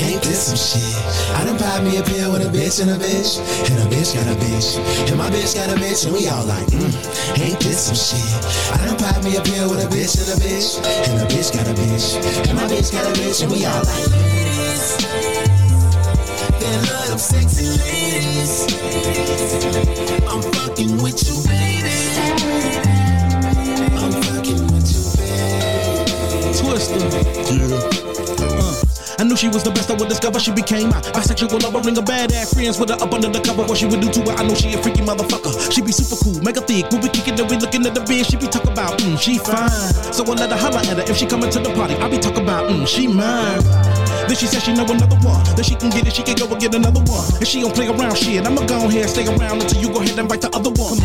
Ain't this some shit? I done popped me a pill with a bitch and a bitch.
And a bitch got a bitch. And my bitch got a bitch. And we all like, mm, ain't this some shit? I done popped me a pill with a bitch and a bitch. And a bitch got a bitch. And my bitch got a bitch. And we all like, mm.
They love them sexy ladies. I'm fucking with you, baby. I'm fucking with you, baby.
Twister. Yeah. I knew she was the best I would discover. She became my bisexual lover, ring of badass friends with her up under the cover. What she would do to her, I know she a freaky motherfucker. She be super cool, mega thick. We be kicking and we looking at the bed. She be talking about, mm, she fine. So I let her holler at her if she coming to the party. I be talking about, mm, she mine. Then she said she know another one. Then she can get it, she can go and get another one. And she don't play around shit. I'ma go ahead and stay around until you go ahead and invite the other one.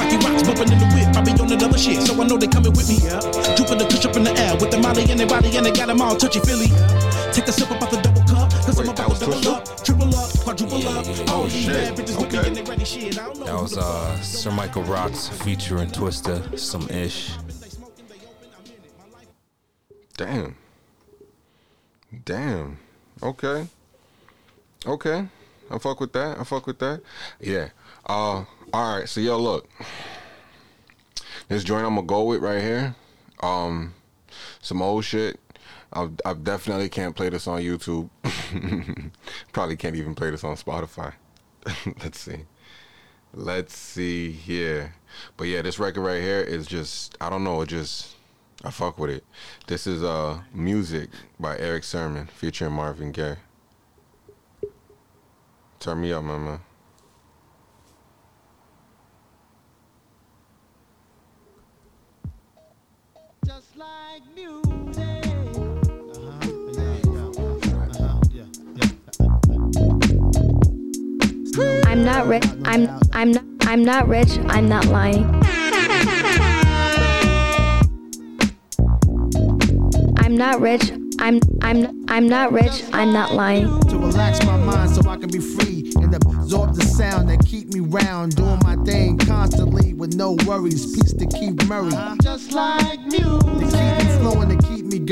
Mikey rocks bumping in the whip. I be on another shit, so I know they coming with me. Jupiter push up in the air with the molly in their body, and they got them all touchy feely. Take a sip about the double cup, cause I'm about to double up, triple up, quadruple up. Oh shit. Bitches with me and they ready shit. I don't know.
That was uh, Sir Michael Rocks featuring Twista, some ish.
Damn. Damn. Okay. Okay. I fuck with that. I fuck with that. Yeah. Uh all right, so yo look. This joint I'm gonna go with right here. Um some old shit. I I definitely can't play this on YouTube. Probably can't even play this on Spotify. Let's see. Let's see here. But yeah, this record right here is just I don't know, it just I fuck with it. This is uh music by Eric Sermon featuring Marvin Gaye. Turn me up, my man.
Just like music.
I'm not rich. I'm I'm not I'm not rich. I'm not lying. I'm not rich. I'm I'm I'm not rich. I'm not lying.
to relax my mind so I can be free and absorb the sound that keep me round, doing my thing constantly with no worries. Peace to Keith Murray. Just like music.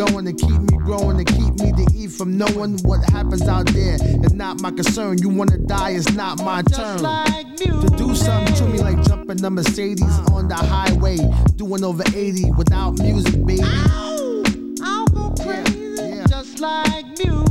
To keep me flowing, to keep me going, to keep me growing, to keep me to eat from knowing what happens out there. It's not my concern. You wanna die, it's not my turn. To do something to me like jumping a Mercedes on the highway, doing over 80 without music, baby. I'll go crazy. Just like music.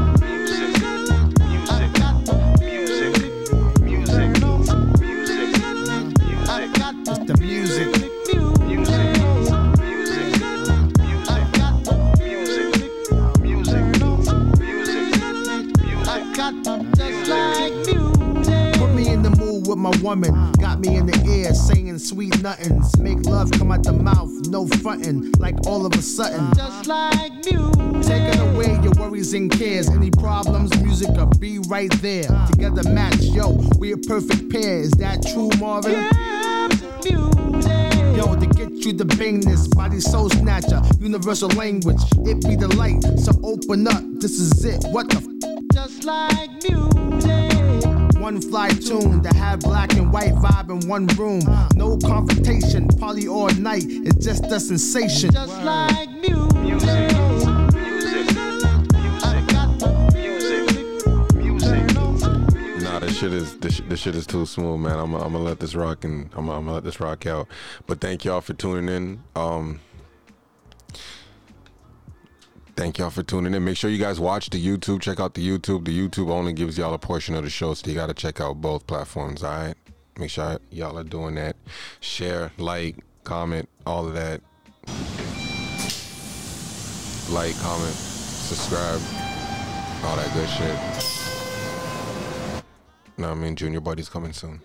It's the music. Put me in the mood with my woman. Got me in the ear singing sweet nothings. Make love come out the mouth, no frontin'. Like all of a sudden. Just like music. Taking away your worries and cares. Any problems, music will be right there. Together match, yo. We a perfect pair. Is that true, Marvin? Yo, to get you the bangness, body soul snatcher, universal language. It be the light, so open up. This is it. What the Just like music. One fly tune to have black and white vibe in one room. No confrontation, party all night. It's just a sensation. Just like music.
Nah, this shit is this, sh- this shit is too smooth, man. I'm I'm gonna let this rock and I'm I'm gonna let this rock out. But thank y'all for tuning in. Um, thank y'all for tuning in. Make sure you guys watch the YouTube. Check out the YouTube. The YouTube only gives y'all a portion of the show, so you gotta check out both platforms. All right. Make sure y'all are doing that. Share, like, comment, all of that. Like, comment, subscribe, all that good shit. No, I mean, Junior Buddy's coming soon.